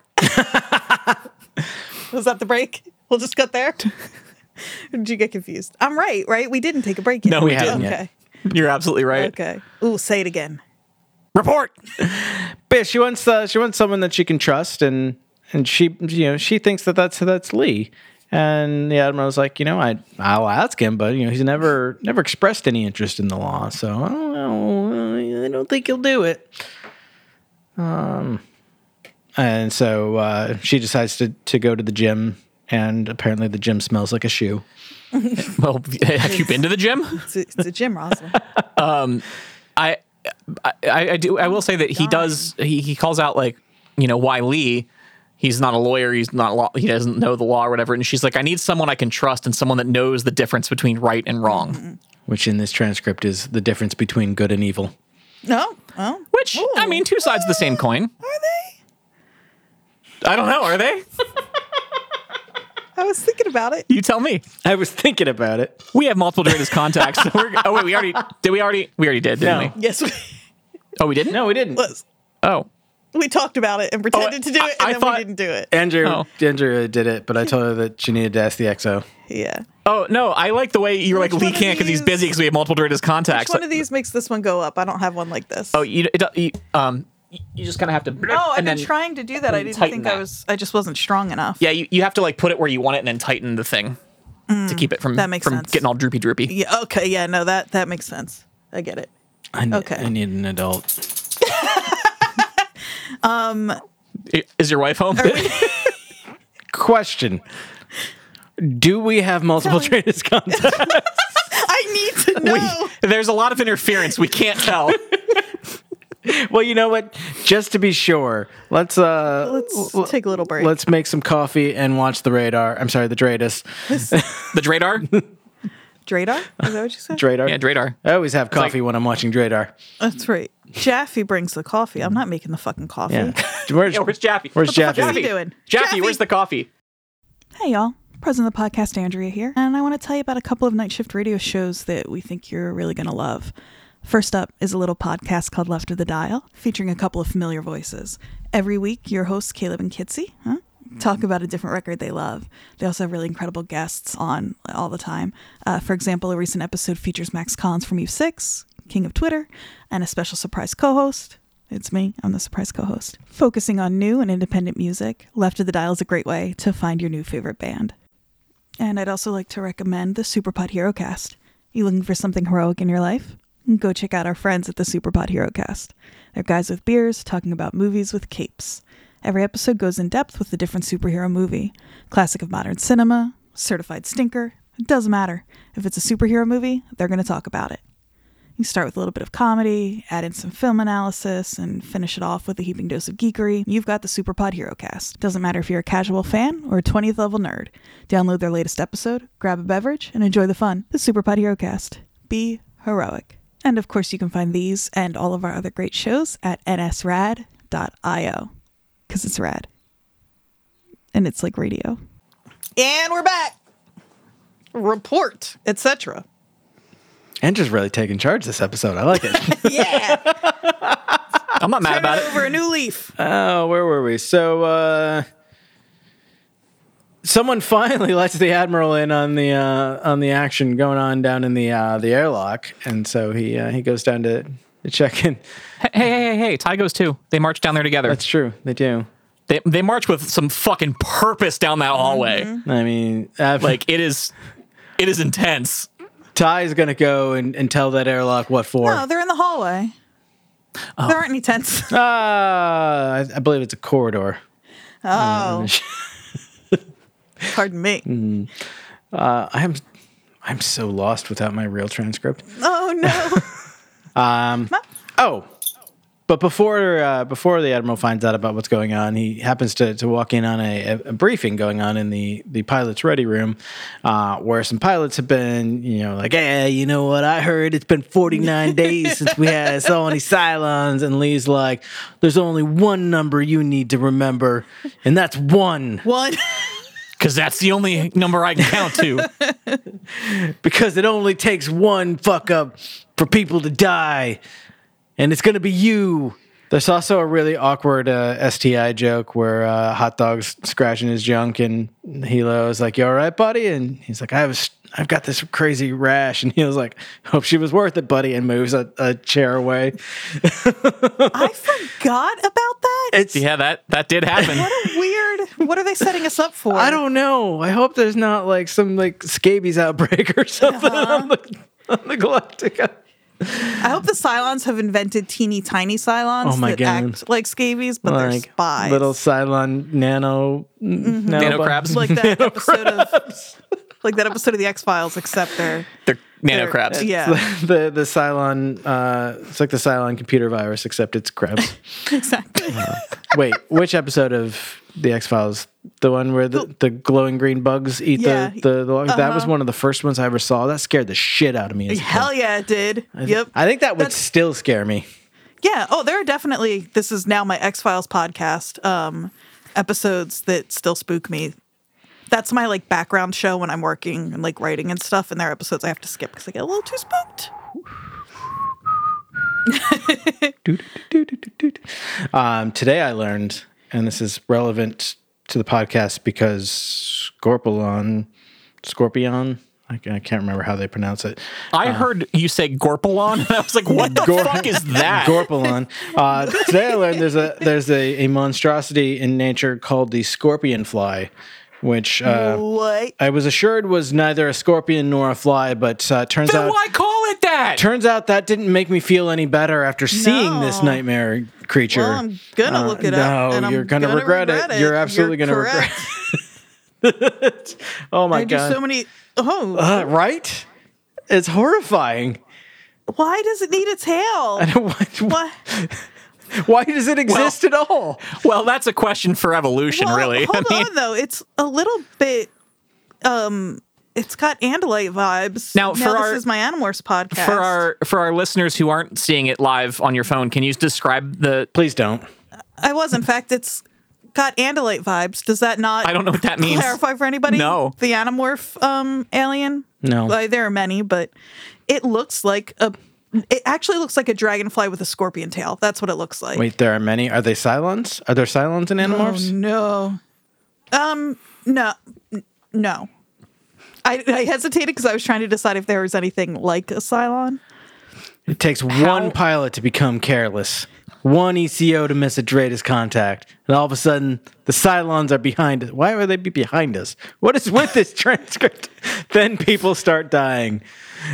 Speaker 3: Was that the break? We'll just cut there. Did you get confused? I'm right, right? We didn't take a break. Yet.
Speaker 4: No, we
Speaker 5: haven't yet.
Speaker 3: Okay.
Speaker 4: You're absolutely right.
Speaker 3: Okay. Ooh, say it again.
Speaker 4: Report.
Speaker 5: But yeah, she wants uh, she wants someone that she can trust, and and she you know she thinks that that's that's Lee. And the admiral's like, you know, I I'll ask him, but you know he's never never expressed any interest in the law, so I don't know. I don't think he'll do it. Um, and so uh, she decides to to go to the gym, and apparently the gym smells like a shoe.
Speaker 4: Well, have you been to the gym?
Speaker 3: It's a, it's a gym, Rosalind.
Speaker 4: I, I, I do. I will say that he does. He, he calls out like, you know, why Lee? He's not a lawyer. He's not. Law, he doesn't know the law or whatever. And she's like, I need someone I can trust and someone that knows the difference between right and wrong.
Speaker 5: Which in this transcript is the difference between good and evil.
Speaker 3: No. Oh.
Speaker 4: Which I mean, two sides of the same coin.
Speaker 3: Are they?
Speaker 4: I don't know. Are they?
Speaker 3: I was thinking about it.
Speaker 4: You tell me.
Speaker 5: I was thinking about it.
Speaker 4: We have multiple Dratus contacts. So we're, oh wait, we already did. We already we already did, didn't
Speaker 5: No.
Speaker 4: we?
Speaker 3: Yes, we,
Speaker 4: Oh, we didn't.
Speaker 5: No, we didn't.
Speaker 3: was.
Speaker 4: Oh,
Speaker 3: we talked about it and pretended to do
Speaker 4: I-
Speaker 3: it, and
Speaker 4: I
Speaker 3: then
Speaker 4: thought-
Speaker 3: we didn't do it.
Speaker 5: Andrew,
Speaker 4: Oh.
Speaker 5: Andrew did it, but I told her that she needed to ask the XO.
Speaker 3: Yeah.
Speaker 4: Oh no, I like the way you were
Speaker 3: Which
Speaker 4: like Lee
Speaker 3: one of
Speaker 4: can't because he's
Speaker 3: these-
Speaker 4: busy because we have multiple Doritos
Speaker 3: Which
Speaker 4: contacts.
Speaker 3: one of these makes this one go up? I don't have one like this.
Speaker 4: oh, you, it, you um, you- you just kind of have to.
Speaker 3: Oh, I've
Speaker 4: and
Speaker 3: been
Speaker 4: then-
Speaker 3: trying to do that. I
Speaker 4: and
Speaker 3: didn't
Speaker 4: tighten
Speaker 3: think I
Speaker 4: that.
Speaker 3: was. I just wasn't strong enough.
Speaker 4: Yeah, you, you have to like put it where you want it and then tighten the thing. to keep it from
Speaker 3: Mm, that makes
Speaker 4: from
Speaker 3: sense.
Speaker 4: getting all droopy droopy.
Speaker 3: Yeah. Okay. Yeah. No. That that makes sense. I get it.
Speaker 5: I, n-
Speaker 3: Okay.
Speaker 5: I need an adult.
Speaker 4: I- Is your wife home?
Speaker 5: Question. Do we have multiple
Speaker 3: Tell me.
Speaker 5: traders contact?
Speaker 3: I need to know.
Speaker 4: There's a lot of interference. We can't tell.
Speaker 5: well, you know what? Just to be sure, let's uh
Speaker 3: Let's
Speaker 5: l-
Speaker 3: take a little break.
Speaker 5: let's make some coffee and watch the radar. I'm sorry, the Dradus.
Speaker 4: the Dradar?
Speaker 3: Dradar? Is that what you said?
Speaker 5: Dradar.
Speaker 4: Yeah, Dradar.
Speaker 5: I always have coffee when I'm watching Dradar.
Speaker 3: That's right. Jaffe brings the coffee. I'm not making the fucking coffee.
Speaker 5: Yeah. Where's,
Speaker 4: Yeah, where's Jaffe?
Speaker 5: Where's
Speaker 4: What the fuck
Speaker 5: Jaffe?
Speaker 4: is
Speaker 3: What's he doing?
Speaker 4: Jaffe,
Speaker 3: Jaffe!
Speaker 4: where's the coffee?
Speaker 3: Hey, y'all. President of the podcast, Andrea here. And I want to tell you about a couple of night shift radio shows that we think you're really going to love. First up is a little podcast called Left of the Dial, featuring a couple of familiar voices. Every week, your hosts, Caleb and Kitsy, huh? talk about a different record they love. They also have really incredible guests on all the time. Uh, for example, a recent episode features Max Collins from Eve 6, King of Twitter, and a special surprise co host, it's me. I'm the surprise co host. Focusing on new and independent music, Left of the Dial is a great way to find your new favorite band. And I'd also like to recommend the Superpod Hero Cast. You looking for something heroic in your life? Go check out our friends at the Superpod Hero Cast. They're guys with beers talking about movies with capes. Every episode goes in depth with a different superhero movie classic of modern cinema, certified stinker. It doesn't matter. If it's a superhero movie, they're going to talk about it. You start with a little bit of comedy, add in some film analysis, and finish it off with a heaping dose of geekery. You've got the Superpod Hero Cast. Doesn't matter if you're a casual fan or a 20th level nerd. Download their latest episode, grab a beverage, and enjoy the fun. The Superpod Hero Cast. Be heroic. And of course, you can find these and all of our other great shows at nsrad.io because it's rad. And it's like radio. And we're back. Report, etc.
Speaker 5: Andrew's really taking charge this episode. I like it.
Speaker 3: Yeah.
Speaker 4: I'm not mad about it.
Speaker 3: over a new leaf.
Speaker 5: Oh, where were we? So, uh, someone finally lets the admiral in on the uh, on the action going on down in the uh, the airlock, and so he uh, he goes down to, to check in.
Speaker 4: Hey, hey, hey, hey, Ty goes too. They march down there together.
Speaker 5: That's true. They do.
Speaker 4: They, they march with some fucking purpose down that hallway.
Speaker 3: Mm-hmm.
Speaker 5: I mean, i
Speaker 4: Like it is, it is intense.
Speaker 5: Ty is gonna go and, and tell that airlock what for.
Speaker 3: No, they're in the hallway. There aren't any tents.
Speaker 5: uh, I, I believe it's a corridor.
Speaker 3: Oh, pardon me.
Speaker 5: Uh, I'm I'm so lost without my real transcript.
Speaker 3: Oh no.
Speaker 5: Oh, but before uh, before the admiral finds out about what's going on, he happens to, to walk in on a, a briefing going on in the the pilots' ready room, uh, where some pilots have been, you know, like, hey, you know what? I heard it's been 49 days since we had so many Cylons, and Lee's like, there's only one number you need to remember, and that's one,
Speaker 3: One.
Speaker 4: Cause that's the only number I can count to.
Speaker 5: because it only takes one fuck up for people to die, and it's gonna be you. There's also a really awkward uh, STI joke where uh, Hot Dog's scratching his junk, and Hilo is like, "You all right, buddy?" And he's like, "I was, I've got this crazy rash," and he was like, "Hope she was worth it, buddy," and moves a, a chair away.
Speaker 3: I forgot about that.
Speaker 5: It's,
Speaker 4: yeah, that that did happen.
Speaker 3: what a weird. What are they setting us up for?
Speaker 5: I don't know. I hope there's not like some like scabies outbreak or something
Speaker 3: Uh-huh.
Speaker 5: on, the, on the Galactica.
Speaker 3: I hope the Cylons have invented teeny tiny Cylons
Speaker 5: Oh, my
Speaker 3: that
Speaker 5: God.
Speaker 3: act like scabies, but they're spies. Mm-hmm.
Speaker 5: little Cylon nano nano,
Speaker 4: Nano crabs.
Speaker 3: like that episode of. Like that episode of the X Files, except they're
Speaker 4: They're nano
Speaker 3: they're-
Speaker 4: crabs.
Speaker 3: Yeah,
Speaker 5: the the Cylon. Uh, it's like the Cylon computer virus, except it's crabs.
Speaker 3: exactly.
Speaker 5: Wait, which episode of the X Files? The one where the, the glowing green bugs eat
Speaker 3: Yeah. uh-huh.
Speaker 5: the the, the that was one of the first ones I ever saw. That scared the shit out of me. as a kid.
Speaker 3: Hell yeah, it did. yep.
Speaker 5: I think that would
Speaker 3: That's-
Speaker 5: still scare me.
Speaker 3: Yeah. Oh, there are definitely. This is now my X Files podcast um, episodes that still spook me. That's my like background show when I'm working and like writing and stuff. And there are episodes I have to skip because I get a little too spooked.
Speaker 5: Um, today I learned, and this is relevant to the podcast because Scorpulon, Scorpion. I, ca- I can't remember how they pronounce it.
Speaker 4: I heard you say Gorpalon, and I was like, what the fuck is that?
Speaker 5: Gorpalon. Uh, today I learned there's a there's a, a monstrosity in nature called the scorpion fly, which uh,
Speaker 3: What?
Speaker 5: I was assured was neither a scorpion nor a fly, but uh, turns
Speaker 4: Then
Speaker 5: out
Speaker 4: why call it that?
Speaker 5: turns out that didn't make me feel any better after seeing this
Speaker 3: No.
Speaker 5: nightmare creature.
Speaker 3: Well, I'm gonna
Speaker 5: Uh,
Speaker 3: look it up.
Speaker 5: No,
Speaker 3: and I'm
Speaker 5: you're gonna, regret, it. You're absolutely gonna regret.
Speaker 3: correct.
Speaker 5: it. oh my
Speaker 3: I do
Speaker 5: god!
Speaker 3: so many. Oh,
Speaker 5: Uh, right? It's horrifying.
Speaker 3: why does it need a tail?
Speaker 5: why,
Speaker 3: Why-
Speaker 5: why does it exist at all?
Speaker 4: well, that's a question for evolution,
Speaker 3: Well,
Speaker 4: really.
Speaker 3: Hold
Speaker 4: I mean,
Speaker 3: on though, it's a little bit. Um, it's got Andalite vibes.
Speaker 4: Now, for
Speaker 3: this
Speaker 4: our-
Speaker 3: is my Animorphs podcast.
Speaker 4: for our for our listeners who aren't seeing it live on your phone, can you describe the?
Speaker 5: Please don't.
Speaker 3: I was in fact, it's got Andalite vibes. Does that not?
Speaker 4: I don't know what that means.
Speaker 3: clarify for anybody.
Speaker 4: No.
Speaker 3: the Animorph um alien.
Speaker 5: No.
Speaker 3: Like, there are many, but it looks like a. It actually looks like a dragonfly with a scorpion tail. That's what it looks like.
Speaker 5: Wait, there are many. Are they Cylons? Are there Cylons in Animorphs?
Speaker 3: No. Um. No. n- No. I, I hesitated because I was trying to decide if there was anything like a Cylon.
Speaker 5: It takes one pilot to become careless, one ECO to miss a Dreda's contact, and all of a sudden the Cylons are behind us. Why would they be behind us? What is with this transcript? then people start dying.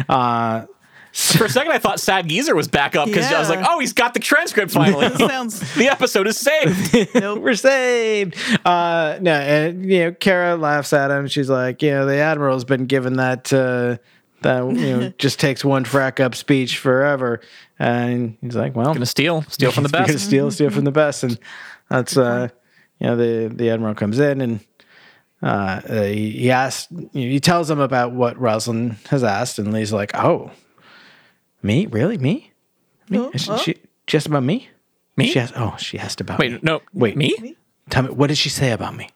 Speaker 5: Uh,
Speaker 4: For a second, I thought Sad Geezer was back up because I was
Speaker 3: Yeah.
Speaker 4: like, oh, he's got the transcript finally.
Speaker 3: That sounds
Speaker 4: the episode is saved.
Speaker 3: nope.
Speaker 5: we're saved. Uh, no, and you know, Kara laughs at him. She's like, you know, the admiral's been given that uh, that you know just takes one frack up speech forever, and he's like, well,
Speaker 4: Gonna steal, steal from the
Speaker 5: You're gonna
Speaker 4: best.
Speaker 5: steal, steal from the best, and that's uh, you know the the admiral comes in and uh, uh, he, he asks, you know, he tells him about what Roslyn has asked, and Lee's like, "Oh, me? Really? Me? Me?
Speaker 3: Oh,
Speaker 5: Is
Speaker 3: oh.
Speaker 5: she she asked about me?
Speaker 4: Me?
Speaker 5: She asked. Oh, she asked about me.
Speaker 4: Wait, no,
Speaker 5: Wait.
Speaker 4: me?
Speaker 5: Tell me, what did she say about me?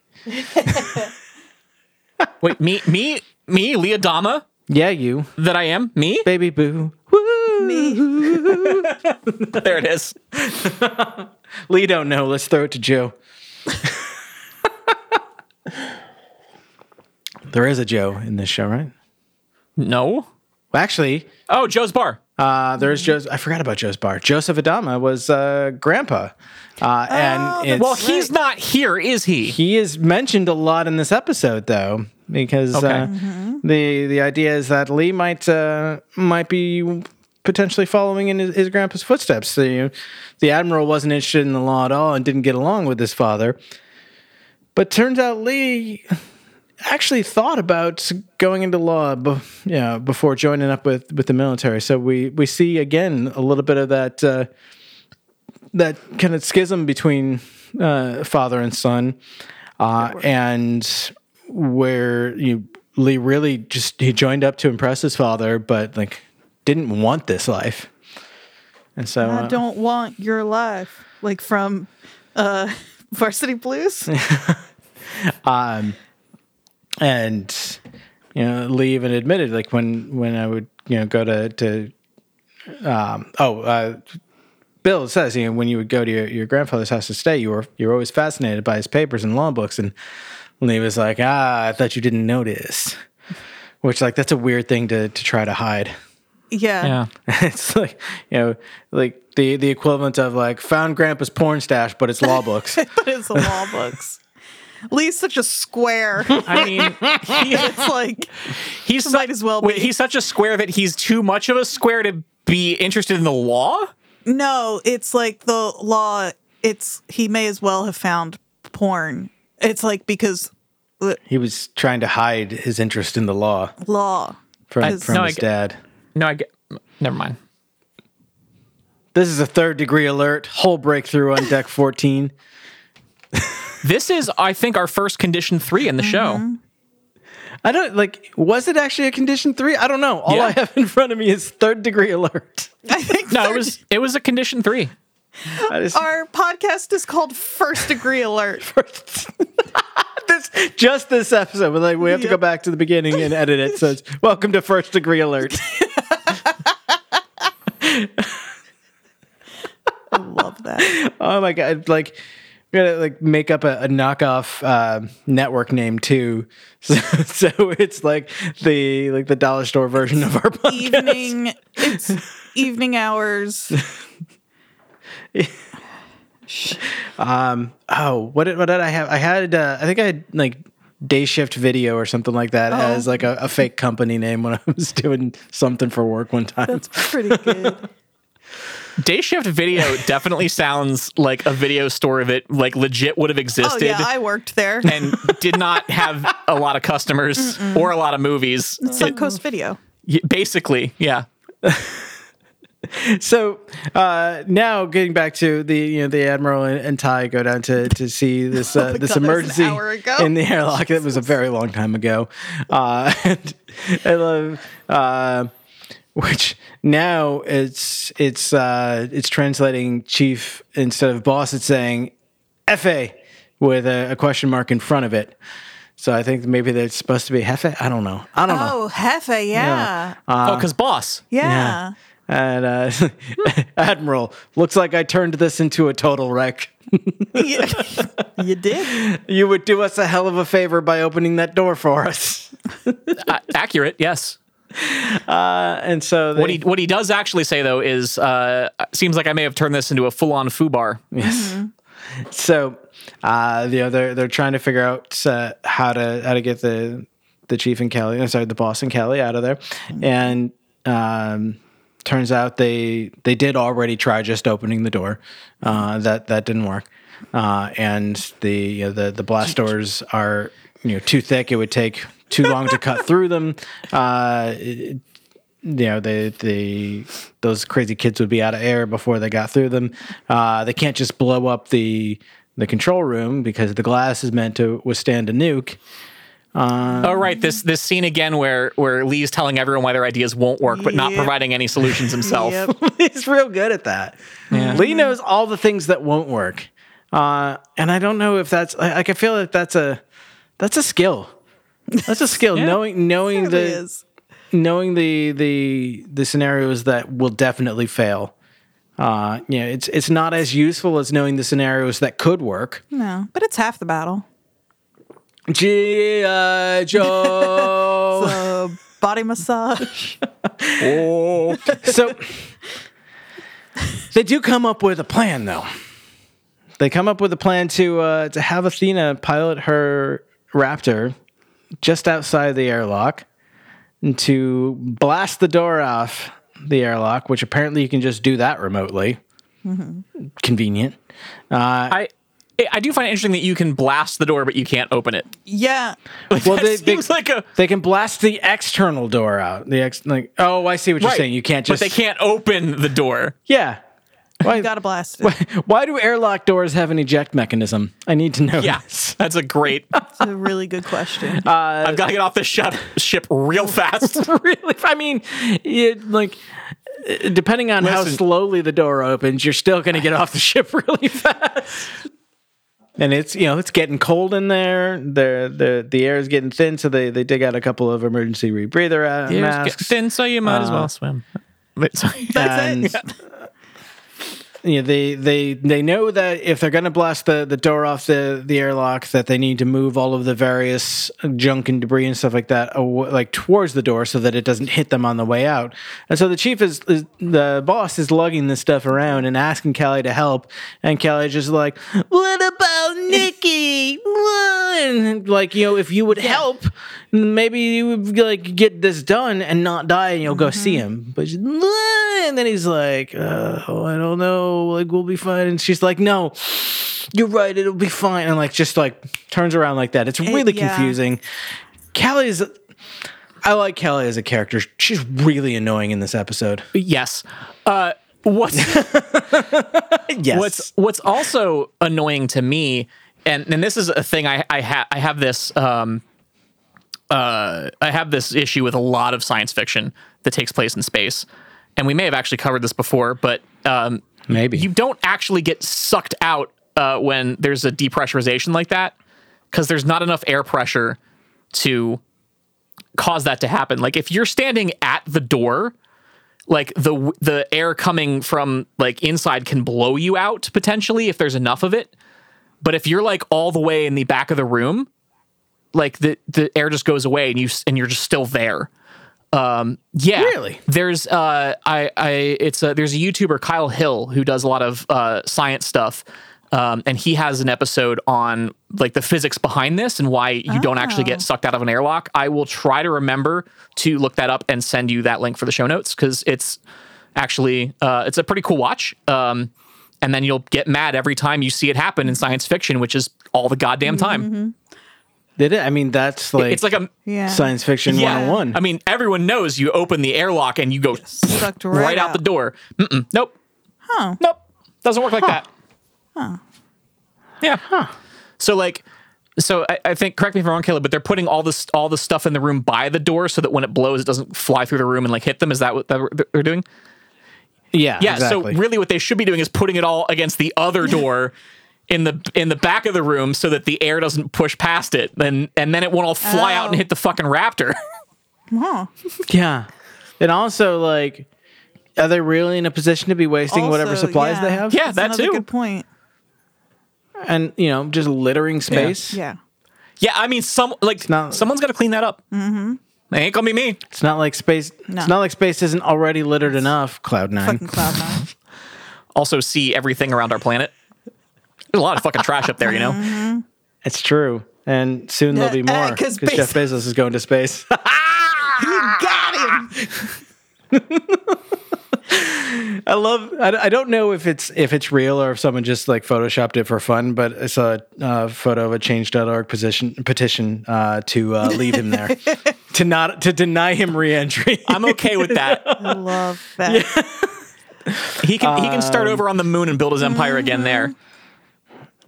Speaker 4: Wait, me, me, me, Leodama,
Speaker 5: Yeah, you,
Speaker 4: that I am, me.
Speaker 5: baby boo. Woo! Me.
Speaker 4: There it is.
Speaker 5: Lee don't know. Let's throw it to Joe. there is a Joe in this show, right?
Speaker 4: No.
Speaker 5: Well, actually,
Speaker 4: Oh, Joe's bar.
Speaker 5: Uh, there's Joseph. I forgot about Joe's bar. Joseph Adama was uh, grandpa, uh, and it's,
Speaker 4: Well, he's not here, is he?
Speaker 5: he is mentioned a lot in this episode, though, because
Speaker 4: Okay.
Speaker 5: uh, the the idea is that Lee might uh, might be potentially following in his, his grandpa's footsteps. So, you know, the admiral wasn't interested in the law at all and didn't get along with his father. But turns out Lee actually thought about going into law, be, you know, before joining up with with the military. So we we see again a little bit of that. Uh, that kind of schism between uh, father and son, uh, and where you Lee really just he joined up to impress his father, but like didn't want this life, and so
Speaker 3: I
Speaker 5: uh,
Speaker 3: don't want your life, like from uh, Varsity Blues.
Speaker 5: Um, and you know Lee even admitted like when when I would you know go to to um, oh uh, Bill says you know when you would go to your, your grandfather's house to stay you were you were always fascinated by his papers and law books and Lee was like ah I thought you didn't notice which like that's a weird thing to to try to hide
Speaker 3: yeah.
Speaker 5: it's like you know like the the equivalent of like found grandpa's porn stash but it's law books
Speaker 3: But it's the law books. Lee's such a square.
Speaker 4: I mean,
Speaker 3: it's like
Speaker 4: he's su-
Speaker 3: Might as well
Speaker 4: Wait,
Speaker 3: be.
Speaker 4: he's such a square that he's too much of a square to be interested in the law.
Speaker 3: no, it's like the law. It's he may as well have found porn. It's like because
Speaker 5: he was trying to hide his interest in the law
Speaker 3: law.
Speaker 5: from,
Speaker 3: I-
Speaker 5: from
Speaker 4: no, I
Speaker 5: his
Speaker 4: get-
Speaker 5: dad.
Speaker 4: No, I get. Never mind.
Speaker 5: This is a third degree alert. Whole breakthrough on deck 14.
Speaker 4: This is, I think, our first condition three in the
Speaker 3: Mm-hmm.
Speaker 4: show.
Speaker 5: I don't like, was it actually a condition three? I don't know. All
Speaker 4: Yeah.
Speaker 5: I have in front of me is third degree alert.
Speaker 3: I think
Speaker 4: No, it
Speaker 3: third-
Speaker 4: was it was a condition three.
Speaker 5: I just,
Speaker 3: our podcast is called First Degree Alert.
Speaker 5: this, just this episode, but like, we have to go
Speaker 3: Yep.
Speaker 5: back to the beginning and edit it. So it's welcome to first degree alert.
Speaker 3: I love that.
Speaker 5: oh my God. Like, we gotta like make up a, a knockoff uh, network name too, so, so it's like the like the dollar store version of our podcast.
Speaker 3: Evening. It's evening hours.
Speaker 5: Um, Oh, what did, what did I have? I had uh, I think I had like Day Shift Video or something like that
Speaker 3: Oh.
Speaker 5: as like a, a fake company name when I was doing something for work one time.
Speaker 3: That's pretty good.
Speaker 4: Day shift video definitely sounds like a video store that like legit would have
Speaker 3: oh
Speaker 4: existed
Speaker 3: yeah, I worked there.
Speaker 4: and did not have a lot of customers or a lot of movies. It-
Speaker 3: Suncoast Video.
Speaker 4: y- basically, yeah.
Speaker 5: so uh, now getting back to the you know the admiral and, and Ty go down to to see this uh,
Speaker 3: Oh my God,
Speaker 5: this
Speaker 3: that was an
Speaker 5: emergency
Speaker 3: hour ago.
Speaker 5: in the airlock. It was a very long time ago. Uh, and I love. Uh, which now it's it's uh, it's translating chief instead of boss. It's saying "fa" with a, a question mark in front of it. So I think maybe that's supposed to be "hefe." I don't know. I don't know.
Speaker 3: Oh, Hefe, yeah. Yeah.
Speaker 4: Oh, 'cause oh, because boss.
Speaker 5: Uh, Yeah. And uh, Admiral, looks like I turned this into a total wreck.
Speaker 3: You- you did.
Speaker 5: You would do us a hell of a favor by opening that door for us.
Speaker 4: A- Uh, accurate, yes.
Speaker 5: And so they,
Speaker 4: What he what he does actually say though is uh, seems like I may have turned this into a full on foo bar.
Speaker 5: Uh. so uh, you know they're they're trying to figure out uh, how to how to get the the chief and Kelly, I'm sorry, the boss and Kelly out of there, and um, turns out they they did already try just opening the door, uh, that that didn't work, uh, and the you know, the the blast doors are you know too thick, it would take too long to cut through them. Uh, it- you know they the those crazy kids would be out of air before they got through them. Uh, they can't just blow up the the control room because the glass is meant to withstand a nuke.
Speaker 4: oh right, this this scene again where where Lee's telling everyone why their ideas won't work, but not
Speaker 3: Yep.
Speaker 4: providing any solutions himself.
Speaker 3: Yep.
Speaker 5: He's real good at that. Lee knows all the things that won't work, uh, and I don't know if that's like I feel like that's a that's a skill. That's a skill. Knowing knowing
Speaker 3: It really
Speaker 5: the
Speaker 3: is.
Speaker 5: knowing the the the scenarios that will definitely fail. Uh, you know, it's it's not as useful as knowing the scenarios that could work.
Speaker 3: No, but it's half the battle.
Speaker 5: G.I. Joe.
Speaker 3: So body massage.
Speaker 5: so they do come up with a plan, though. They come up with a plan to uh, to have Athena pilot her Raptor just outside the airlock and to blast the door off the airlock, which apparently you can just do that remotely.
Speaker 4: Mm-hmm.
Speaker 5: Convenient.
Speaker 4: I I do find it interesting that you can blast the door, but you can't open it.
Speaker 3: Yeah.
Speaker 5: Well,
Speaker 4: That seems like a
Speaker 5: They can blast the external door out. The ex like oh, I see what you're
Speaker 4: Right.
Speaker 5: saying. You can't just
Speaker 4: but they can't open the door.
Speaker 5: Yeah. Why,
Speaker 3: You gotta blast it.
Speaker 5: why do airlock doors have an eject mechanism? I need to know.
Speaker 4: Yeah,
Speaker 5: this.
Speaker 4: that's a great.
Speaker 3: It's a really good question.
Speaker 5: Uh,
Speaker 4: I've got to get off this ship ship real fast.
Speaker 5: really. I mean, it, like uh, depending on how
Speaker 4: Listen.
Speaker 5: slowly the door opens, you're still going to get off the ship really fast. And it's you know it's getting cold in there. The the the air is getting thin, so they, they dig out a couple of emergency rebreather uh, masks.
Speaker 4: Then so you might as well swim.
Speaker 5: and you know, they they they know that if they're going to blast the, the door off the, the airlock, that they need to move all of the various junk and debris and stuff like that, aw- like towards the door, so that it doesn't hit them on the way out. And so the chief is, is the boss is lugging this stuff around and asking Callie to help, and Callie just like, "What about Nikki?" And like you know, if you would help, maybe you would like get this done and not die, and you'll go see
Speaker 3: Mm-hmm.
Speaker 5: him. But she's, and then he's like, uh, oh, I don't know, like we'll be fine. And she's like, No, you're right, it'll be fine. And like just like turns around like that. It's really
Speaker 3: yeah.
Speaker 5: confusing. Callie's. I like Kelly as a character. She's really annoying in this episode.
Speaker 4: yes. Uh, what's
Speaker 5: Yes.
Speaker 4: What's what's also annoying to me, and and this is a thing I I have I have this um uh I have this issue with a lot of science fiction that takes place in space, and we may have actually covered this before, but um
Speaker 5: Maybe.
Speaker 4: you don't actually get sucked out uh, when there's a depressurization like that because there's not enough air pressure to cause that to happen. Like if you're standing at the door, like the the air coming from like inside can blow you out potentially if there's enough of it. But if you're like all the way in the back of the room, like the the air just goes away and you s- and you're just still there. Um yeah.
Speaker 5: Really?
Speaker 4: There's uh I I it's a, there's a YouTuber Kyle Hill who does a lot of uh science stuff. Um, and he has an episode on like the physics behind this and why you don't actually get sucked out of an airlock. I will try to remember to look that up and send you that link for the show notes because it's actually uh, it's a pretty cool watch. Um, and then you'll get mad every time you see it happen in science fiction, which is all the goddamn time.
Speaker 5: Did it? I mean, that's like
Speaker 4: It's like a
Speaker 3: Yeah.
Speaker 5: science fiction
Speaker 4: yeah. Um,
Speaker 5: 101.
Speaker 4: I mean, everyone knows you open the airlock and you go
Speaker 3: Sucked
Speaker 4: right,
Speaker 3: right,
Speaker 4: out the door. Mm-mm. Nope. Huh. Nope. Doesn't work like that. Huh. Yeah. So like, so I, I think correct me if I'm wrong, Caleb, but they're putting all this all the stuff in the room by the door so that when it blows, it doesn't fly through the room and like hit them. Is that what they're they're doing?
Speaker 5: yeah,
Speaker 4: Yeah.
Speaker 5: exactly.
Speaker 4: So really, what they should be doing is putting it all against the other door. In the in the back of the room, so that the air doesn't push past it, then and then it won't all fly out and
Speaker 3: Oh.
Speaker 4: hit the fucking raptor.
Speaker 3: Huh.
Speaker 5: yeah. And also, like, are they really in a position to be wasting whatever
Speaker 3: Also,
Speaker 5: supplies
Speaker 3: yeah,
Speaker 5: they have?
Speaker 4: Yeah,
Speaker 3: that's
Speaker 4: that
Speaker 3: another
Speaker 4: too.
Speaker 3: Good point.
Speaker 5: And, you know, just littering space.
Speaker 3: Yeah.
Speaker 4: Yeah, I mean, some like
Speaker 5: not-
Speaker 4: someone's got to clean that up. Mm-hmm. It ain't gonna be me.
Speaker 5: It's not like space.
Speaker 3: No.
Speaker 5: It's not like space isn't already littered enough. Cloud nine.
Speaker 3: Fucking cloud nine.
Speaker 4: Also, see everything around our planet. There's a lot of fucking trash up there, you
Speaker 5: Mm-hmm.
Speaker 4: know.
Speaker 5: It's true. And soon there'll be
Speaker 3: Uh, uh,
Speaker 5: more
Speaker 3: 'cause
Speaker 5: because Jeff Bezos is going to space.
Speaker 3: Got him.
Speaker 5: I love. I, I don't know if it's if it's real or if someone just like photoshopped it for fun, but I saw a uh, photo of a Change.org position petition uh, to uh, leave him there, to not to deny him reentry.
Speaker 4: I'm okay with that.
Speaker 3: I love that.
Speaker 4: He can he can
Speaker 5: Um,
Speaker 4: start over on the moon and build his empire again
Speaker 5: mm-hmm.
Speaker 4: there.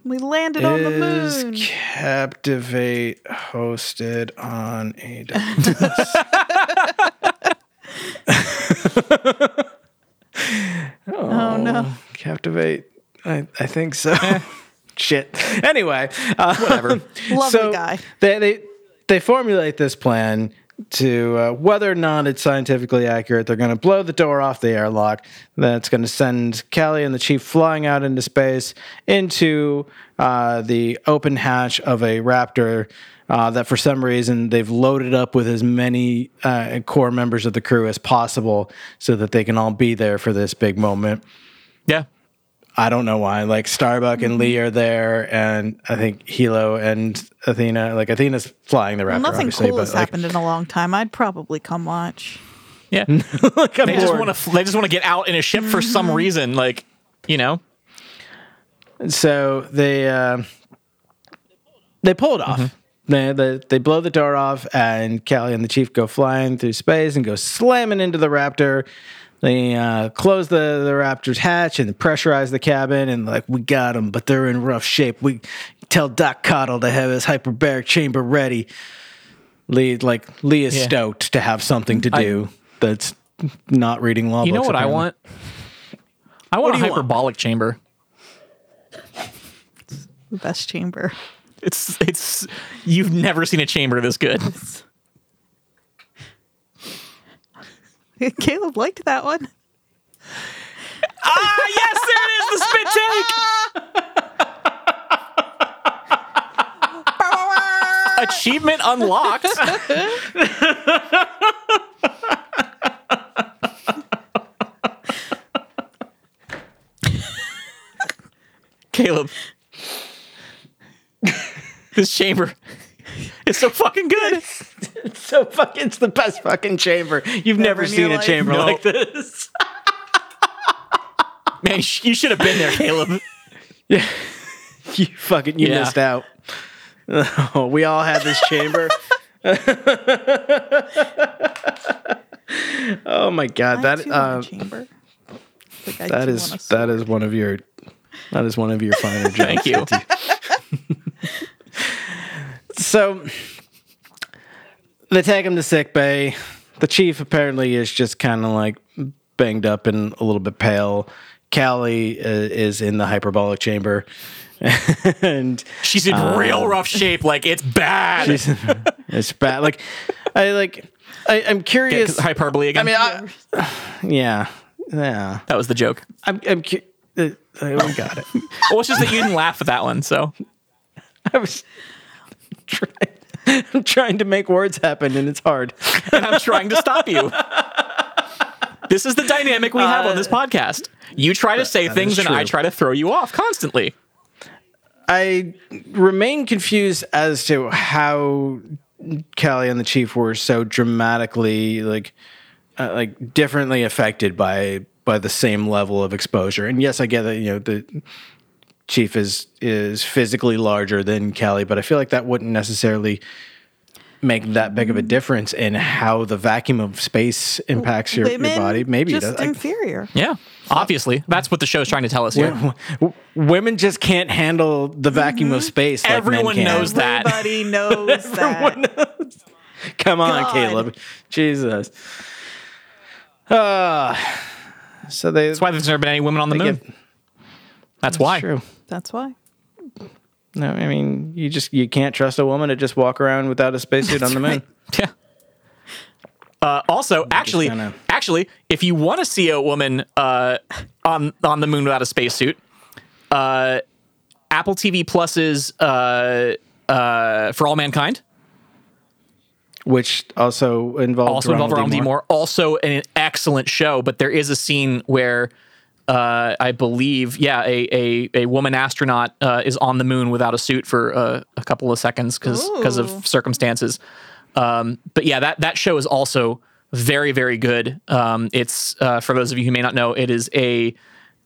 Speaker 3: We landed on the
Speaker 5: Is
Speaker 3: moon.
Speaker 5: Captivate hosted on AWS?
Speaker 3: Oh no. Eh.
Speaker 5: Captivate. I, I think so. Shit. Anyway, uh,
Speaker 4: Whatever.
Speaker 3: Lovely
Speaker 5: so
Speaker 3: guy.
Speaker 5: They, they they formulate this plan to uh, whether or not it's scientifically accurate. They're going to blow the door off the airlock. That's going to send Callie and the chief flying out into space into uh, the open hatch of a Raptor. Uh, that for some reason they've loaded up with as many uh, core members of the crew as possible so that they can all be there for this big moment.
Speaker 4: yeah.
Speaker 5: I don't know why. Like Starbuck and
Speaker 3: Mm-hmm.
Speaker 5: Lee are there, and I think Hilo and Athena. Like Athena's flying the Raptor,
Speaker 3: Nothing
Speaker 5: obviously,
Speaker 3: cool
Speaker 5: but
Speaker 3: has
Speaker 5: like,
Speaker 3: happened in a long time. I'd probably come watch.
Speaker 4: Yeah.
Speaker 5: like I'm
Speaker 4: they just
Speaker 5: bored. Mm-hmm.
Speaker 4: want to they just want to get out in a ship for some reason. Like you know.
Speaker 5: so they uh, they pull it off.
Speaker 4: Mm-hmm.
Speaker 5: They, they they blow the door off, and Callie and the chief go flying through space and go slamming into the Raptor. They uh, close the, the Raptor's hatch and pressurize the cabin, and like we got them, but they're in rough shape. We tell Doc Cottle to have his hyperbaric chamber ready. Lee like Lee is
Speaker 4: Yeah.
Speaker 5: stoked to have something to do that's not reading law.
Speaker 4: You know
Speaker 5: books,
Speaker 4: what I
Speaker 5: apparently.
Speaker 4: want? I want a
Speaker 5: do you want?
Speaker 4: hyperbolic chamber.
Speaker 3: The best chamber.
Speaker 4: It's it's you've never seen a chamber this good.
Speaker 3: Caleb liked that one.
Speaker 4: ah yes, there it is. The spit take. Achievement unlocked. Caleb, this chamber is so fucking good.
Speaker 5: So fucking, it's the best fucking chamber. You've never,
Speaker 3: in your
Speaker 5: seen a
Speaker 3: life?
Speaker 5: chamber
Speaker 4: No.
Speaker 5: like this.
Speaker 4: Man, you sh- you should have been there, Caleb.
Speaker 5: You fucking, you
Speaker 4: Yeah.
Speaker 5: missed out. Oh, we all had this chamber. oh my god,
Speaker 3: I
Speaker 5: that
Speaker 3: too want a
Speaker 5: uh,
Speaker 3: chamber. Like, I
Speaker 5: that
Speaker 3: too
Speaker 5: is
Speaker 3: want a
Speaker 5: that is one of your that is one of your finer jokes.
Speaker 4: Thank you.
Speaker 5: So they take him to sick bay. The chief apparently is just kind of like banged up and a little bit pale. Callie uh, is in the hyperbolic chamber, and
Speaker 4: She's in real rough shape. Like it's bad.
Speaker 5: Uh, she's it's bad. Like I like I, I'm curious.
Speaker 4: hyperbole again.
Speaker 5: I mean, I, yeah, yeah.
Speaker 4: that was the joke.
Speaker 5: I'm I'm cu- uh, uh, we got it.
Speaker 4: Well, it's just that you didn't laugh at that one, so
Speaker 5: I was trying, I'm trying to make words happen, and it's hard.
Speaker 4: and I'm trying to stop you. This is the Uh, dynamic we have on this podcast. You try to say
Speaker 5: is
Speaker 4: things, and I
Speaker 5: true.
Speaker 4: try to throw you off constantly.
Speaker 5: I remain confused as to how Kelly and the chief were so dramatically like uh, like differently affected by by the same level of exposure. And yes, I get that you know the chief is is physically larger than Kelly, but I feel like that wouldn't necessarily make that big of
Speaker 4: Mm-hmm.
Speaker 5: a difference in how the vacuum of space impacts your, your
Speaker 3: Women
Speaker 5: body. Maybe it
Speaker 3: just
Speaker 5: does. I-
Speaker 3: inferior.
Speaker 4: Yeah, obviously, that's what the show's trying to tell us here.
Speaker 5: w- w- women just can't handle the vacuum of space. like men
Speaker 4: Mm-hmm. Everyone
Speaker 5: can.
Speaker 4: knows that.
Speaker 3: Everybody knows that.
Speaker 5: Come on,
Speaker 3: God.
Speaker 5: Caleb. Jesus. Uh, so they.
Speaker 4: That's why there's never been any women on the
Speaker 5: they
Speaker 4: moon.
Speaker 5: get-
Speaker 4: that's why.
Speaker 5: True.
Speaker 3: That's why.
Speaker 5: No, I mean you just you can't trust a woman to just walk around without a spacesuit on the moon.
Speaker 4: Yeah. Uh, also, actually,
Speaker 5: kinda-
Speaker 4: actually, if you want to see a woman uh, on on the moon without a spacesuit, uh, Apple TV Plus's uh, uh, "For All Mankind"
Speaker 5: Which also involved
Speaker 4: also involved Ronald D. Moore, also an excellent show. But there is a scene where uh, I believe, yeah, a a, a woman astronaut uh, is on the moon without a suit for uh, a couple of seconds because
Speaker 3: Ooh.
Speaker 4: of circumstances. Um, but yeah, that that show is also very very good. Um, it's uh, for those of you who may not know, it is a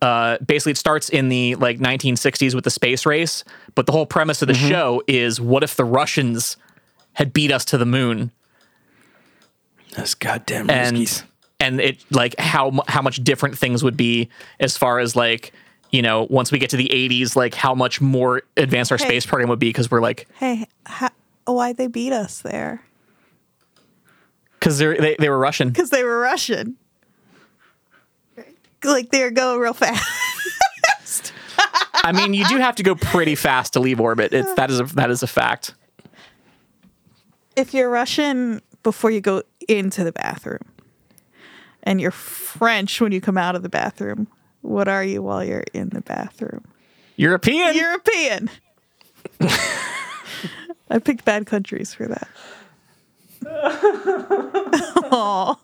Speaker 4: uh, basically it starts in the like 1960s with the space race, but the whole premise of the show is what if the Russians had beat us to the moon
Speaker 5: That's goddamn
Speaker 4: and and it like how mu- how much different things would be as far as like you know once we get to the 80s like how much more advanced our
Speaker 3: Hey.
Speaker 4: space program would be because we're like
Speaker 3: Hey, ha- why they beat us there?
Speaker 4: because they they were Russian
Speaker 3: Because they were Russian. Like they were going real fast.
Speaker 4: I mean you do have to go pretty fast to leave orbit it's that is a, that is a fact
Speaker 3: if you're Russian before you go into the bathroom, and you're French when you come out of the bathroom, what are you while you're in the bathroom?
Speaker 4: European
Speaker 3: European. I picked bad countries for that. Aw.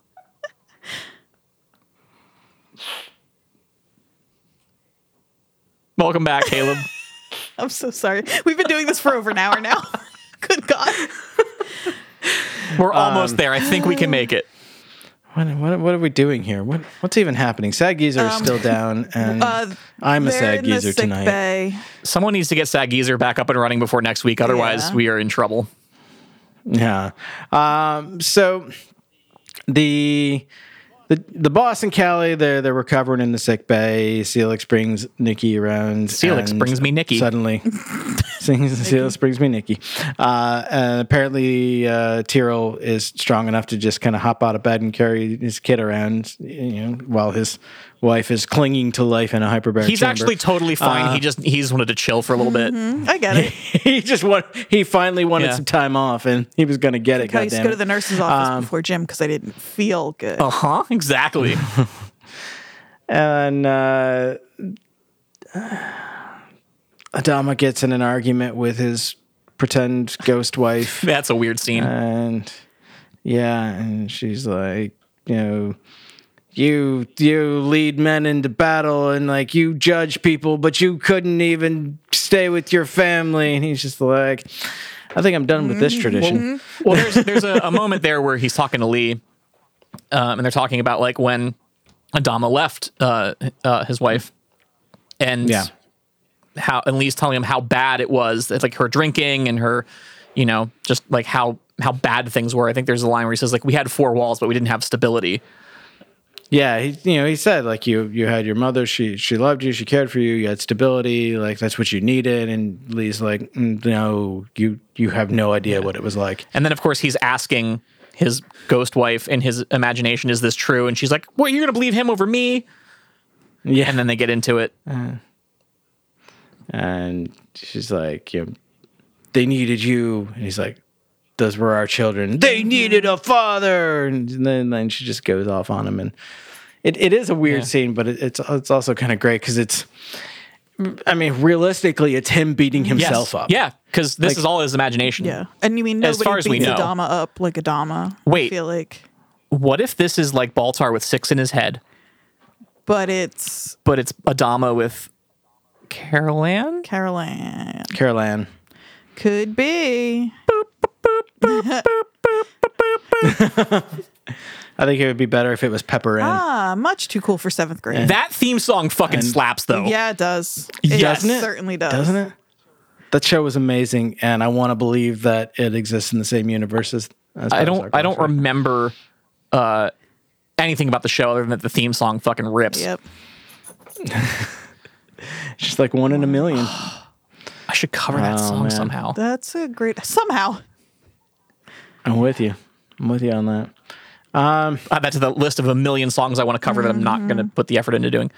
Speaker 4: welcome back Caleb
Speaker 3: I'm so sorry. We've been doing this for over an hour now. Good God.
Speaker 4: we're almost there I think we can make it
Speaker 5: What, what, what are we doing here? What what's even happening? Sad geezer is still down, and
Speaker 3: Uh,
Speaker 5: I'm a
Speaker 3: they're
Speaker 5: sad
Speaker 3: in the
Speaker 5: geezer
Speaker 3: sick
Speaker 5: tonight.
Speaker 3: bay.
Speaker 4: someone needs to get Sag Geezer back up and running before next week otherwise
Speaker 3: Yeah.
Speaker 4: we are in trouble
Speaker 5: Yeah. Um, so the the the boss and Callie, they're they're recovering in the sick bay. Celix brings Nikki around.
Speaker 4: Celix
Speaker 5: and
Speaker 4: brings me Nikki.
Speaker 5: Suddenly. Sings- Celix brings me Nikki. Uh, and apparently uh Tyrell is strong enough to just kind of hop out of bed and carry his kid around, you know, while his wife is clinging to life in a hyperbaric
Speaker 4: he's
Speaker 5: chamber.
Speaker 4: actually totally fine he just he's wanted to chill for a little bit
Speaker 3: I get it.
Speaker 5: he just want he finally wanted
Speaker 4: Yeah.
Speaker 5: some time off and he was gonna get it. Um,
Speaker 3: I used to
Speaker 5: goddammit.
Speaker 3: go to the nurse's office
Speaker 5: Uh,
Speaker 3: before gym because I didn't feel good.
Speaker 4: uh huh exactly
Speaker 5: and uh, Adama gets in an argument with his pretend ghost wife,
Speaker 4: that's a weird scene
Speaker 5: and yeah, and she's like, you know, you you lead men into battle, and like you judge people, but you couldn't even stay with your family, and he's just like, I think I'm done with this tradition.
Speaker 4: Well, there's there's a, a moment there where he's talking to Lee, um, and they're talking about like when Adama left uh, uh, his wife, and
Speaker 5: Yeah.
Speaker 4: how and Lee's telling him how bad it was. It's like her drinking and her, you know, just like how how bad things were. I think there's a line where he says like we had four walls, but we didn't have stability.
Speaker 5: Yeah, he, you know, he said like you you had your mother, she she loved you, she cared for you, you had stability, like that's what you needed. And Lee's like, "Mm, no, you you have no idea what it was like.
Speaker 4: And then of course he's asking his ghost wife in his imagination, "Is this true?" And she's like, "Well, you're gonna believe him over me."
Speaker 5: Yeah,
Speaker 4: And then they get into it.
Speaker 5: and she's like, you know, they needed you, and he's like, those were our children. They needed a father, and then then she just goes off on him, and it, it is a weird scene, but it, it's it's also kind of great because it's, I mean, realistically, it's him beating himself up.
Speaker 4: Yeah, because this
Speaker 5: Like-
Speaker 4: is all his imagination.
Speaker 3: Yeah, and you mean nobody
Speaker 4: Oh. As far as we
Speaker 3: beats
Speaker 4: know.
Speaker 3: Adama up like Adama. I
Speaker 4: Wait.
Speaker 3: feel like,
Speaker 4: what if this is like Baltar with six in his head,
Speaker 3: but it's
Speaker 4: but it's Adama with Carol Ann?
Speaker 3: Caroline.
Speaker 5: Carol Ann.
Speaker 3: Could be.
Speaker 5: I think it would be better if it was Pepper Ann.
Speaker 3: Ah, much too cool for seventh grade.
Speaker 4: That theme song fucking slaps though.
Speaker 3: yeah, it does. It
Speaker 4: Doesn't
Speaker 5: it?
Speaker 3: certainly does.
Speaker 5: Doesn't it? That show was amazing, and I want to believe that it exists in the same universe as. as
Speaker 4: I don't
Speaker 5: Battlestar
Speaker 4: I don't
Speaker 5: Galactica.
Speaker 4: remember uh anything about the show other than that the theme song fucking rips.
Speaker 3: Yep.
Speaker 5: It's just like one in a million.
Speaker 4: I should cover that
Speaker 5: Oh,
Speaker 4: song
Speaker 5: man.
Speaker 4: somehow.
Speaker 3: That's a great. Somehow.
Speaker 5: I'm with you. I'm with you on that.
Speaker 4: Add that to the list of a million songs I want to cover that I'm not going to put the effort into doing.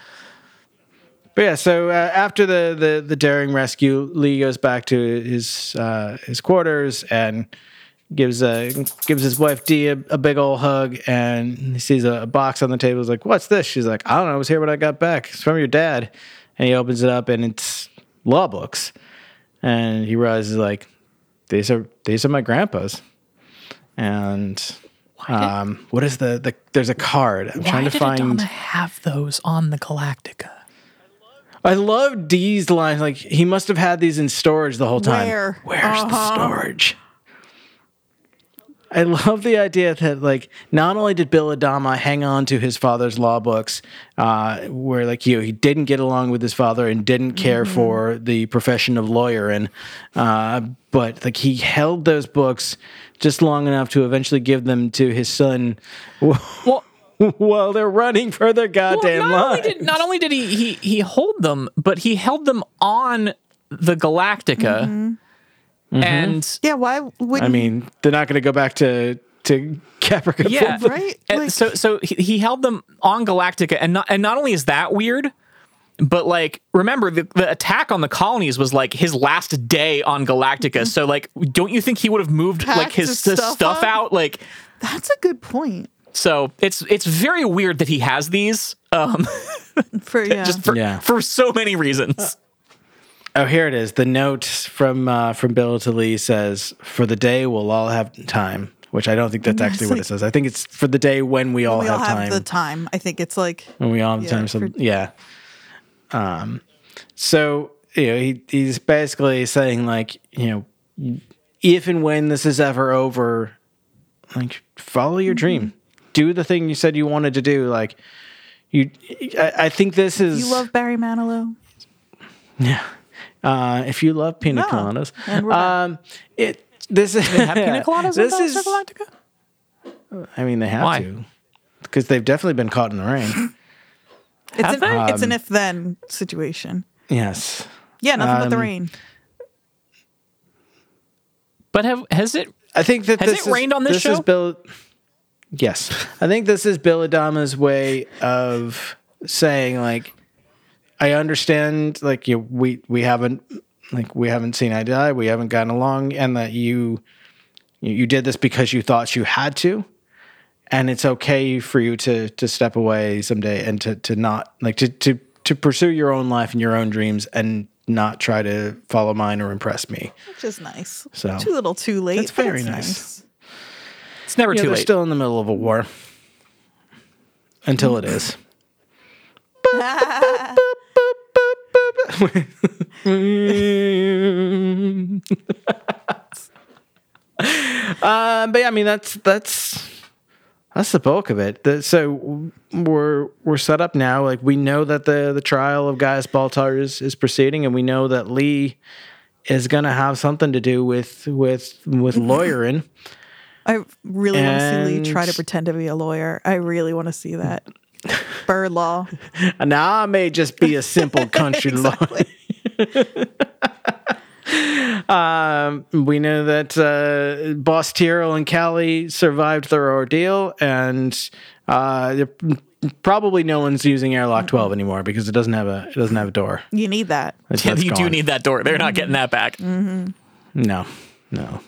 Speaker 5: But yeah, so uh, after the, the the daring rescue, Lee goes back to his uh, his quarters and gives a gives his wife Dee a, a big old hug, and he sees a, a box on the table. He's like, "What's this?" She's like, "I don't know. It was here when I got back. It's from your dad." And he opens it up, and it's law books, and he realizes like, "These are these are my grandpa's," and. Um, what is the, the there's a card I'm trying to find
Speaker 4: have those on the Galactica?
Speaker 5: I love D's line. Like he must have had these in storage the whole time.
Speaker 3: Where?
Speaker 5: Where's
Speaker 4: Uh-huh.
Speaker 5: the storage? I love the idea that like not only did Bill Adama hang on to his father's law books, uh, where like you, know, he didn't get along with his father and didn't care
Speaker 4: Mm-hmm.
Speaker 5: for the profession of lawyer, and uh, but like he held those books just long enough to eventually give them to his son
Speaker 4: Well,
Speaker 5: while they're running for their goddamn
Speaker 4: well, not, only
Speaker 5: lives.
Speaker 4: did, not only did he, he he hold them, but he held them on the Galactica, and
Speaker 3: Yeah. Why would?
Speaker 5: I mean, they're not going to go back to to Caprica.
Speaker 4: yeah,
Speaker 3: Right?
Speaker 4: And
Speaker 3: Like-
Speaker 4: so so he, he held them on Galactica, and not and not only is that weird, but like remember the, the attack on the colonies was like his last day on Galactica. so like, don't you think he would have moved like
Speaker 3: Mm-hmm. Packed
Speaker 4: his,
Speaker 3: his
Speaker 4: the
Speaker 3: stuff
Speaker 4: stuff
Speaker 3: up?
Speaker 4: out like?
Speaker 3: That's a good point.
Speaker 4: So it's it's very weird that he has these. Um,
Speaker 3: For yeah.
Speaker 4: just for,
Speaker 5: Yeah.
Speaker 4: for so many reasons.
Speaker 5: Oh, here it is. The note from uh, from Bill to Lee says, "For the day we'll all have time," which I don't think that's actually what it says. I think it's for the day when we all
Speaker 3: we all
Speaker 5: have
Speaker 3: have
Speaker 5: time.
Speaker 3: the time. I think it's like.
Speaker 5: when we all have
Speaker 3: Yeah,
Speaker 5: time. So
Speaker 3: for-
Speaker 5: yeah. Um, so you know, he he's basically saying like you know, if and when this is ever over, like follow your dream,
Speaker 3: Mm-hmm.
Speaker 5: do the thing you said you wanted to do. Like you, I, I think this is
Speaker 3: You love Barry Manilow.
Speaker 5: yeah. Uh, if you love pina
Speaker 3: Ah,
Speaker 5: coladas,
Speaker 3: and we're back.
Speaker 5: um, it this is
Speaker 4: Pina coladas
Speaker 5: This
Speaker 4: on
Speaker 5: is,
Speaker 4: Battlestar Galactica?
Speaker 5: I mean, they have
Speaker 4: Why?
Speaker 5: to because they've definitely been caught in the rain.
Speaker 3: It's an,
Speaker 4: they?
Speaker 3: it's an if then situation.
Speaker 5: yes,
Speaker 3: Yeah, nothing but the
Speaker 5: Um,
Speaker 3: rain.
Speaker 4: But have has it?
Speaker 5: I think that
Speaker 4: Has
Speaker 5: this
Speaker 4: it rained
Speaker 5: is,
Speaker 4: on this
Speaker 5: Is
Speaker 4: show?
Speaker 5: Bill, yes, I think this is Bill Adama's way of saying like, I understand like you we we haven't like we haven't seen eye to eye, we haven't gotten along, and that you you, you did this because you thought you had to. And it's okay for you to to step away someday and to to not like to to to pursue your own life and your own dreams and not try to follow mine or impress me.
Speaker 3: Which is nice.
Speaker 5: So-
Speaker 3: too little, too late.
Speaker 5: That's
Speaker 3: but
Speaker 5: very
Speaker 3: it's
Speaker 5: nice.
Speaker 4: It's never
Speaker 5: Yeah,
Speaker 4: too
Speaker 5: they're
Speaker 4: late.
Speaker 5: still in the middle of a war until it is. um, but yeah, I mean that's that's that's the bulk of it. The- so we're we're set up now. Like we know that the the trial of Gaius Baltar is is proceeding, and we know that Lee is gonna have something to do with with with lawyering.
Speaker 3: I really want to see Lee try to
Speaker 5: And-
Speaker 3: pretend to be a lawyer. I really want to see that. Bird law.
Speaker 5: Now I may just be a simple country
Speaker 3: Exactly.
Speaker 5: lawyer. Um, We know that uh, Boss Tyrrell and Callie survived their ordeal, and uh, they're- probably no one's using airlock twelve
Speaker 4: Mm-hmm.
Speaker 5: anymore because it doesn't have a it doesn't have a door.
Speaker 3: You need that.
Speaker 5: It's-
Speaker 4: Yeah,
Speaker 5: that's
Speaker 4: you do
Speaker 5: gone.
Speaker 4: need that door. They're not getting that back.
Speaker 3: Mm-hmm.
Speaker 5: no, no.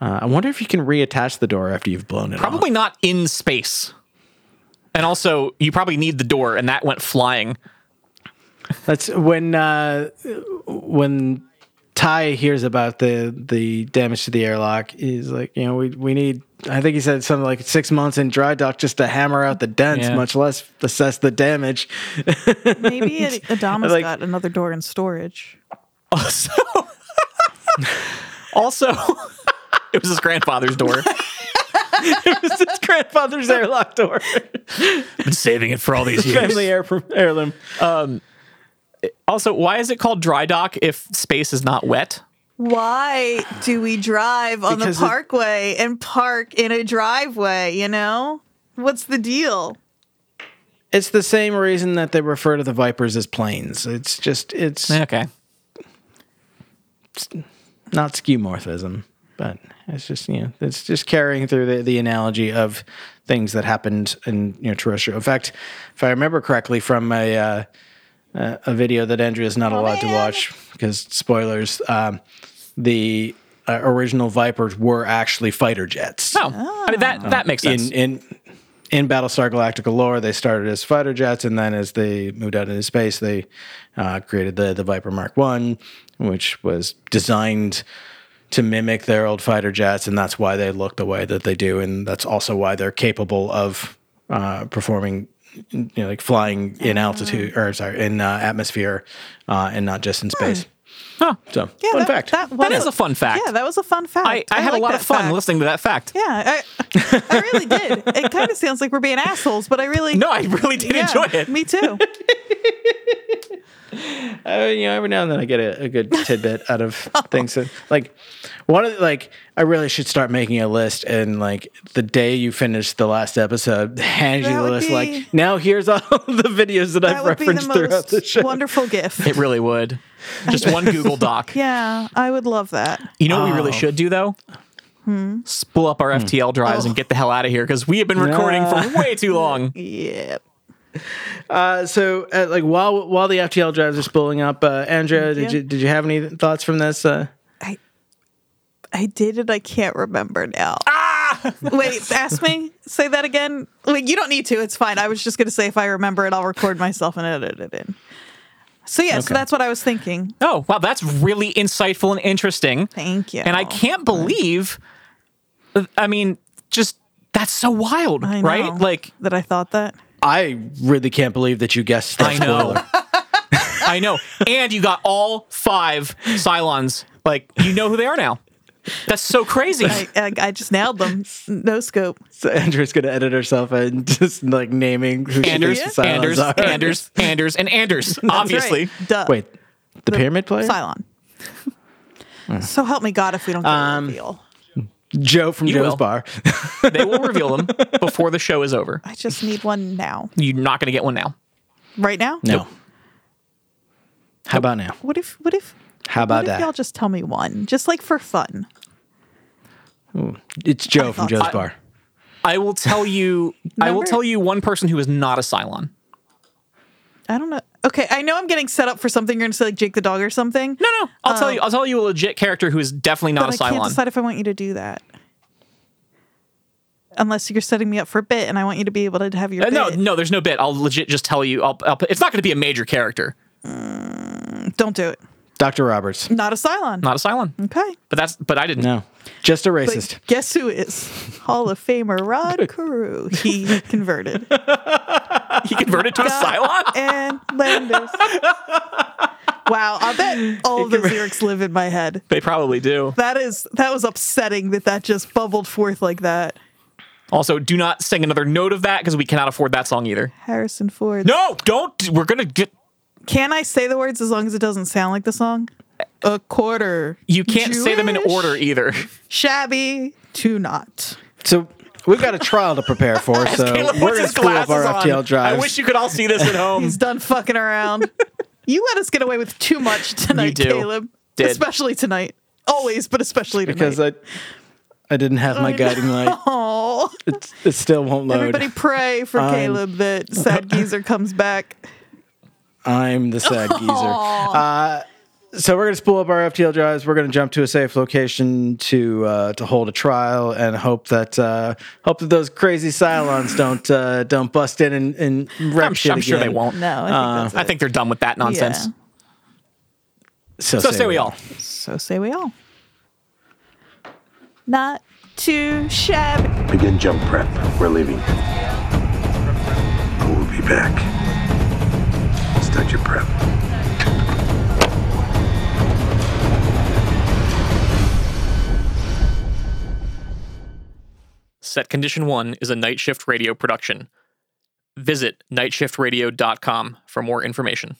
Speaker 5: Uh, I wonder if you can reattach the door after you've blown it.
Speaker 4: Probably not in space. And also, you probably need the door, and that went flying.
Speaker 5: off. that's when uh, when. Ty hears about the the damage to the airlock, he's like, you know, we we need. I think he said something like six months in dry dock just to hammer out the dents,
Speaker 4: Yeah.
Speaker 5: much less assess the damage.
Speaker 3: Maybe Ad- Adama's
Speaker 5: Like-
Speaker 3: got another door in storage.
Speaker 4: Also, also, it was his grandfather's door.
Speaker 5: it's his grandfather's airlock door,
Speaker 4: Been saving it for all these
Speaker 5: family
Speaker 4: years.
Speaker 5: heir, heirloom.
Speaker 4: Also, why is it called dry dock if space is not wet?
Speaker 3: Why do we drive on
Speaker 5: Because it-
Speaker 3: the parkway and park in a driveway? You know, what's the deal?
Speaker 5: It's the same reason that they refer to the Vipers as planes. It's just it's
Speaker 4: Eh, Okay.
Speaker 5: not skeuomorphism, but it's just you know it's just carrying through the, the analogy of things that happened in you know terrestrial. In fact, if I remember correctly from a uh, uh, a video that Andrea is not allowed to watch because spoilers, um, the uh, original Vipers were actually fighter jets.
Speaker 4: No, Oh, I mean
Speaker 3: Oh.
Speaker 4: that that makes sense.
Speaker 5: in in in Battlestar Galactica lore, they started as fighter jets, and then as they moved out into space, they uh, created the the Viper Mark One, which was designed to mimic their old fighter jets, and that's why they look the way that they do, and that's also why they're capable of uh, performing. You know, like flying in
Speaker 3: Ah.
Speaker 5: altitude, or sorry, in uh, atmosphere, uh, and not just in space.
Speaker 4: Huh.
Speaker 5: So,
Speaker 3: Hmm. Yeah,
Speaker 5: fun
Speaker 3: that,
Speaker 5: fact.
Speaker 3: that, was,
Speaker 4: is a fun fact.
Speaker 3: Yeah, that was a fun fact.
Speaker 4: I, I, had
Speaker 3: like
Speaker 4: a lot
Speaker 3: that
Speaker 4: of fun
Speaker 3: fact.
Speaker 4: listening to that fact.
Speaker 3: Yeah, I, I really did. It kind of sounds like we're being assholes, but I really
Speaker 4: No, I really did
Speaker 3: Yeah,
Speaker 4: enjoy it.
Speaker 3: Me too.
Speaker 5: uh, you know, every now and then I get a, a good tidbit out of
Speaker 3: Oh.
Speaker 5: things. That, like one of the, like I really should start making a list and like the day you finish the last episode, hand you
Speaker 3: That
Speaker 5: the
Speaker 3: would
Speaker 5: list.
Speaker 3: be-
Speaker 5: like now here's all the videos that,
Speaker 3: That
Speaker 5: I've
Speaker 3: would be the
Speaker 5: referenced throughout
Speaker 3: most
Speaker 5: the show.
Speaker 3: wonderful gift.
Speaker 4: It really would. Just one Google Doc.
Speaker 3: yeah, I would love that.
Speaker 4: You know what we really should do though?
Speaker 3: Hmm.
Speaker 4: Spool up our FTL drives and get the hell out of here because we have been recording for way too long.
Speaker 3: Yeah.
Speaker 5: Uh, so uh, like while while the FTL drives are spooling up, uh, Andrea, did
Speaker 3: you.
Speaker 5: you did you have any thoughts from this? Uh,
Speaker 3: I did it. I can't remember now. Ah! Wait, ask me. Say that again. Wait, you don't need to. It's fine. I was just going to say if I remember it, I'll record myself and edit it in. So, yeah, so
Speaker 5: Okay.
Speaker 3: that's what I was thinking.
Speaker 4: Oh wow, that's really insightful and interesting.
Speaker 3: Thank you.
Speaker 4: And I can't believe. I mean, just that's so wild,
Speaker 3: I know
Speaker 4: right? Like
Speaker 3: that I thought that.
Speaker 5: I really can't believe that you guessed that
Speaker 4: I know.
Speaker 5: spoiler.
Speaker 4: I know, and you got all five Cylons. Like you know who they are now. That's so crazy.
Speaker 3: I, I, I just nailed them. No scope.
Speaker 5: So Andrea's gonna edit herself and just like naming who she
Speaker 4: Anders,
Speaker 5: thinks the Cylons
Speaker 4: Anders,
Speaker 5: are.
Speaker 4: Anders, Anders, and Anders.
Speaker 3: That's right.
Speaker 4: Obviously,
Speaker 3: Duh.
Speaker 5: Wait, the, pyramid player?
Speaker 3: Cylon. so help me God if we don't get
Speaker 5: Um,
Speaker 3: a reveal.
Speaker 5: Joe from
Speaker 4: You
Speaker 5: Joe's
Speaker 4: will.
Speaker 5: Bar.
Speaker 4: they will reveal them before the show is over.
Speaker 3: I just need one now.
Speaker 4: You're not going to get one now.
Speaker 3: Right now?
Speaker 5: No. How about now?
Speaker 3: What if what if
Speaker 5: How
Speaker 3: what
Speaker 5: about
Speaker 3: if
Speaker 5: Uh, that?
Speaker 3: y'all just tell me one? Just like for fun.
Speaker 5: it's Joe from
Speaker 3: thought
Speaker 5: Joe's
Speaker 3: so.
Speaker 5: Bar.
Speaker 4: I will tell you. I will
Speaker 3: Remember-
Speaker 4: tell you one person who is not a Cylon.
Speaker 3: I don't know. Okay, I know I'm getting set up for something. You're gonna say like Jake the dog or something.
Speaker 4: No, no. I'll tell you. I'll tell you a legit character who is definitely not
Speaker 3: Oh. but
Speaker 4: a
Speaker 3: I can't
Speaker 4: Cylon.
Speaker 3: decide if I want you to do that. Unless you're setting me up for a bit, and I want you to be able to have your
Speaker 4: Uh, no,
Speaker 3: bit.
Speaker 4: no. There's no bit. I'll legit just tell you. I'll, I'll, it's not going to be a major character.
Speaker 3: Don't do it.
Speaker 5: Dr. Roberts.
Speaker 3: Not a Cylon.
Speaker 4: Not a Cylon.
Speaker 3: okay.
Speaker 4: But that's. But I didn't.
Speaker 5: No. Just a
Speaker 3: But
Speaker 5: racist.
Speaker 3: guess who is Hall of Famer Rod Carew? He converted
Speaker 4: He converted to a Cylon.
Speaker 3: and Landis. Wow, I bet all of those lyrics live in my head.
Speaker 4: They probably do.
Speaker 3: That is that was upsetting that that just bubbled forth like that.
Speaker 4: Also, do not sing another note of that because we cannot afford that song either.
Speaker 3: Harrison Ford.
Speaker 4: No, don't. We're gonna get.
Speaker 3: Can I say the words as long as it doesn't sound like the song? A quarter.
Speaker 4: You can't say them in
Speaker 3: Jewish,
Speaker 4: order either.
Speaker 3: Shabby to not.
Speaker 5: So we've got a trial to prepare for, so
Speaker 4: Caleb
Speaker 5: Oh, we're
Speaker 4: puts
Speaker 5: going
Speaker 4: his
Speaker 5: to spool up
Speaker 4: glasses
Speaker 5: our
Speaker 4: on.
Speaker 5: FTL drives.
Speaker 4: I wish you could all see this at home.
Speaker 3: He's done fucking around. you let us get away with too much tonight,
Speaker 4: do.
Speaker 3: Caleb.
Speaker 4: Did.
Speaker 3: Especially tonight. Always, but especially tonight.
Speaker 5: because I, I didn't have my guiding light.
Speaker 3: Aw.
Speaker 5: It's, it still won't load.
Speaker 3: Everybody pray for Caleb that Sad Geezer comes back.
Speaker 5: I'm the sad geezer. Uh, so we're going to spool up our FTL drives. We're going to jump to a safe location to uh, to hold a trial and hope that uh, hope that those crazy Cylons don't uh, don't bust in and, and wreck
Speaker 4: I'm,
Speaker 5: shit
Speaker 4: I'm sure they
Speaker 5: again.
Speaker 4: won't.
Speaker 3: No, I think that's
Speaker 4: I think they're done with that nonsense.
Speaker 3: Yeah.
Speaker 5: So,
Speaker 4: So say we all.
Speaker 3: So say we all. Not too shabby.
Speaker 7: Begin jump prep. We're leaving. We'll be back. Start your prep.
Speaker 4: Set Condition 1 is a night shift radio production. Visit nightshiftradio.com for more information.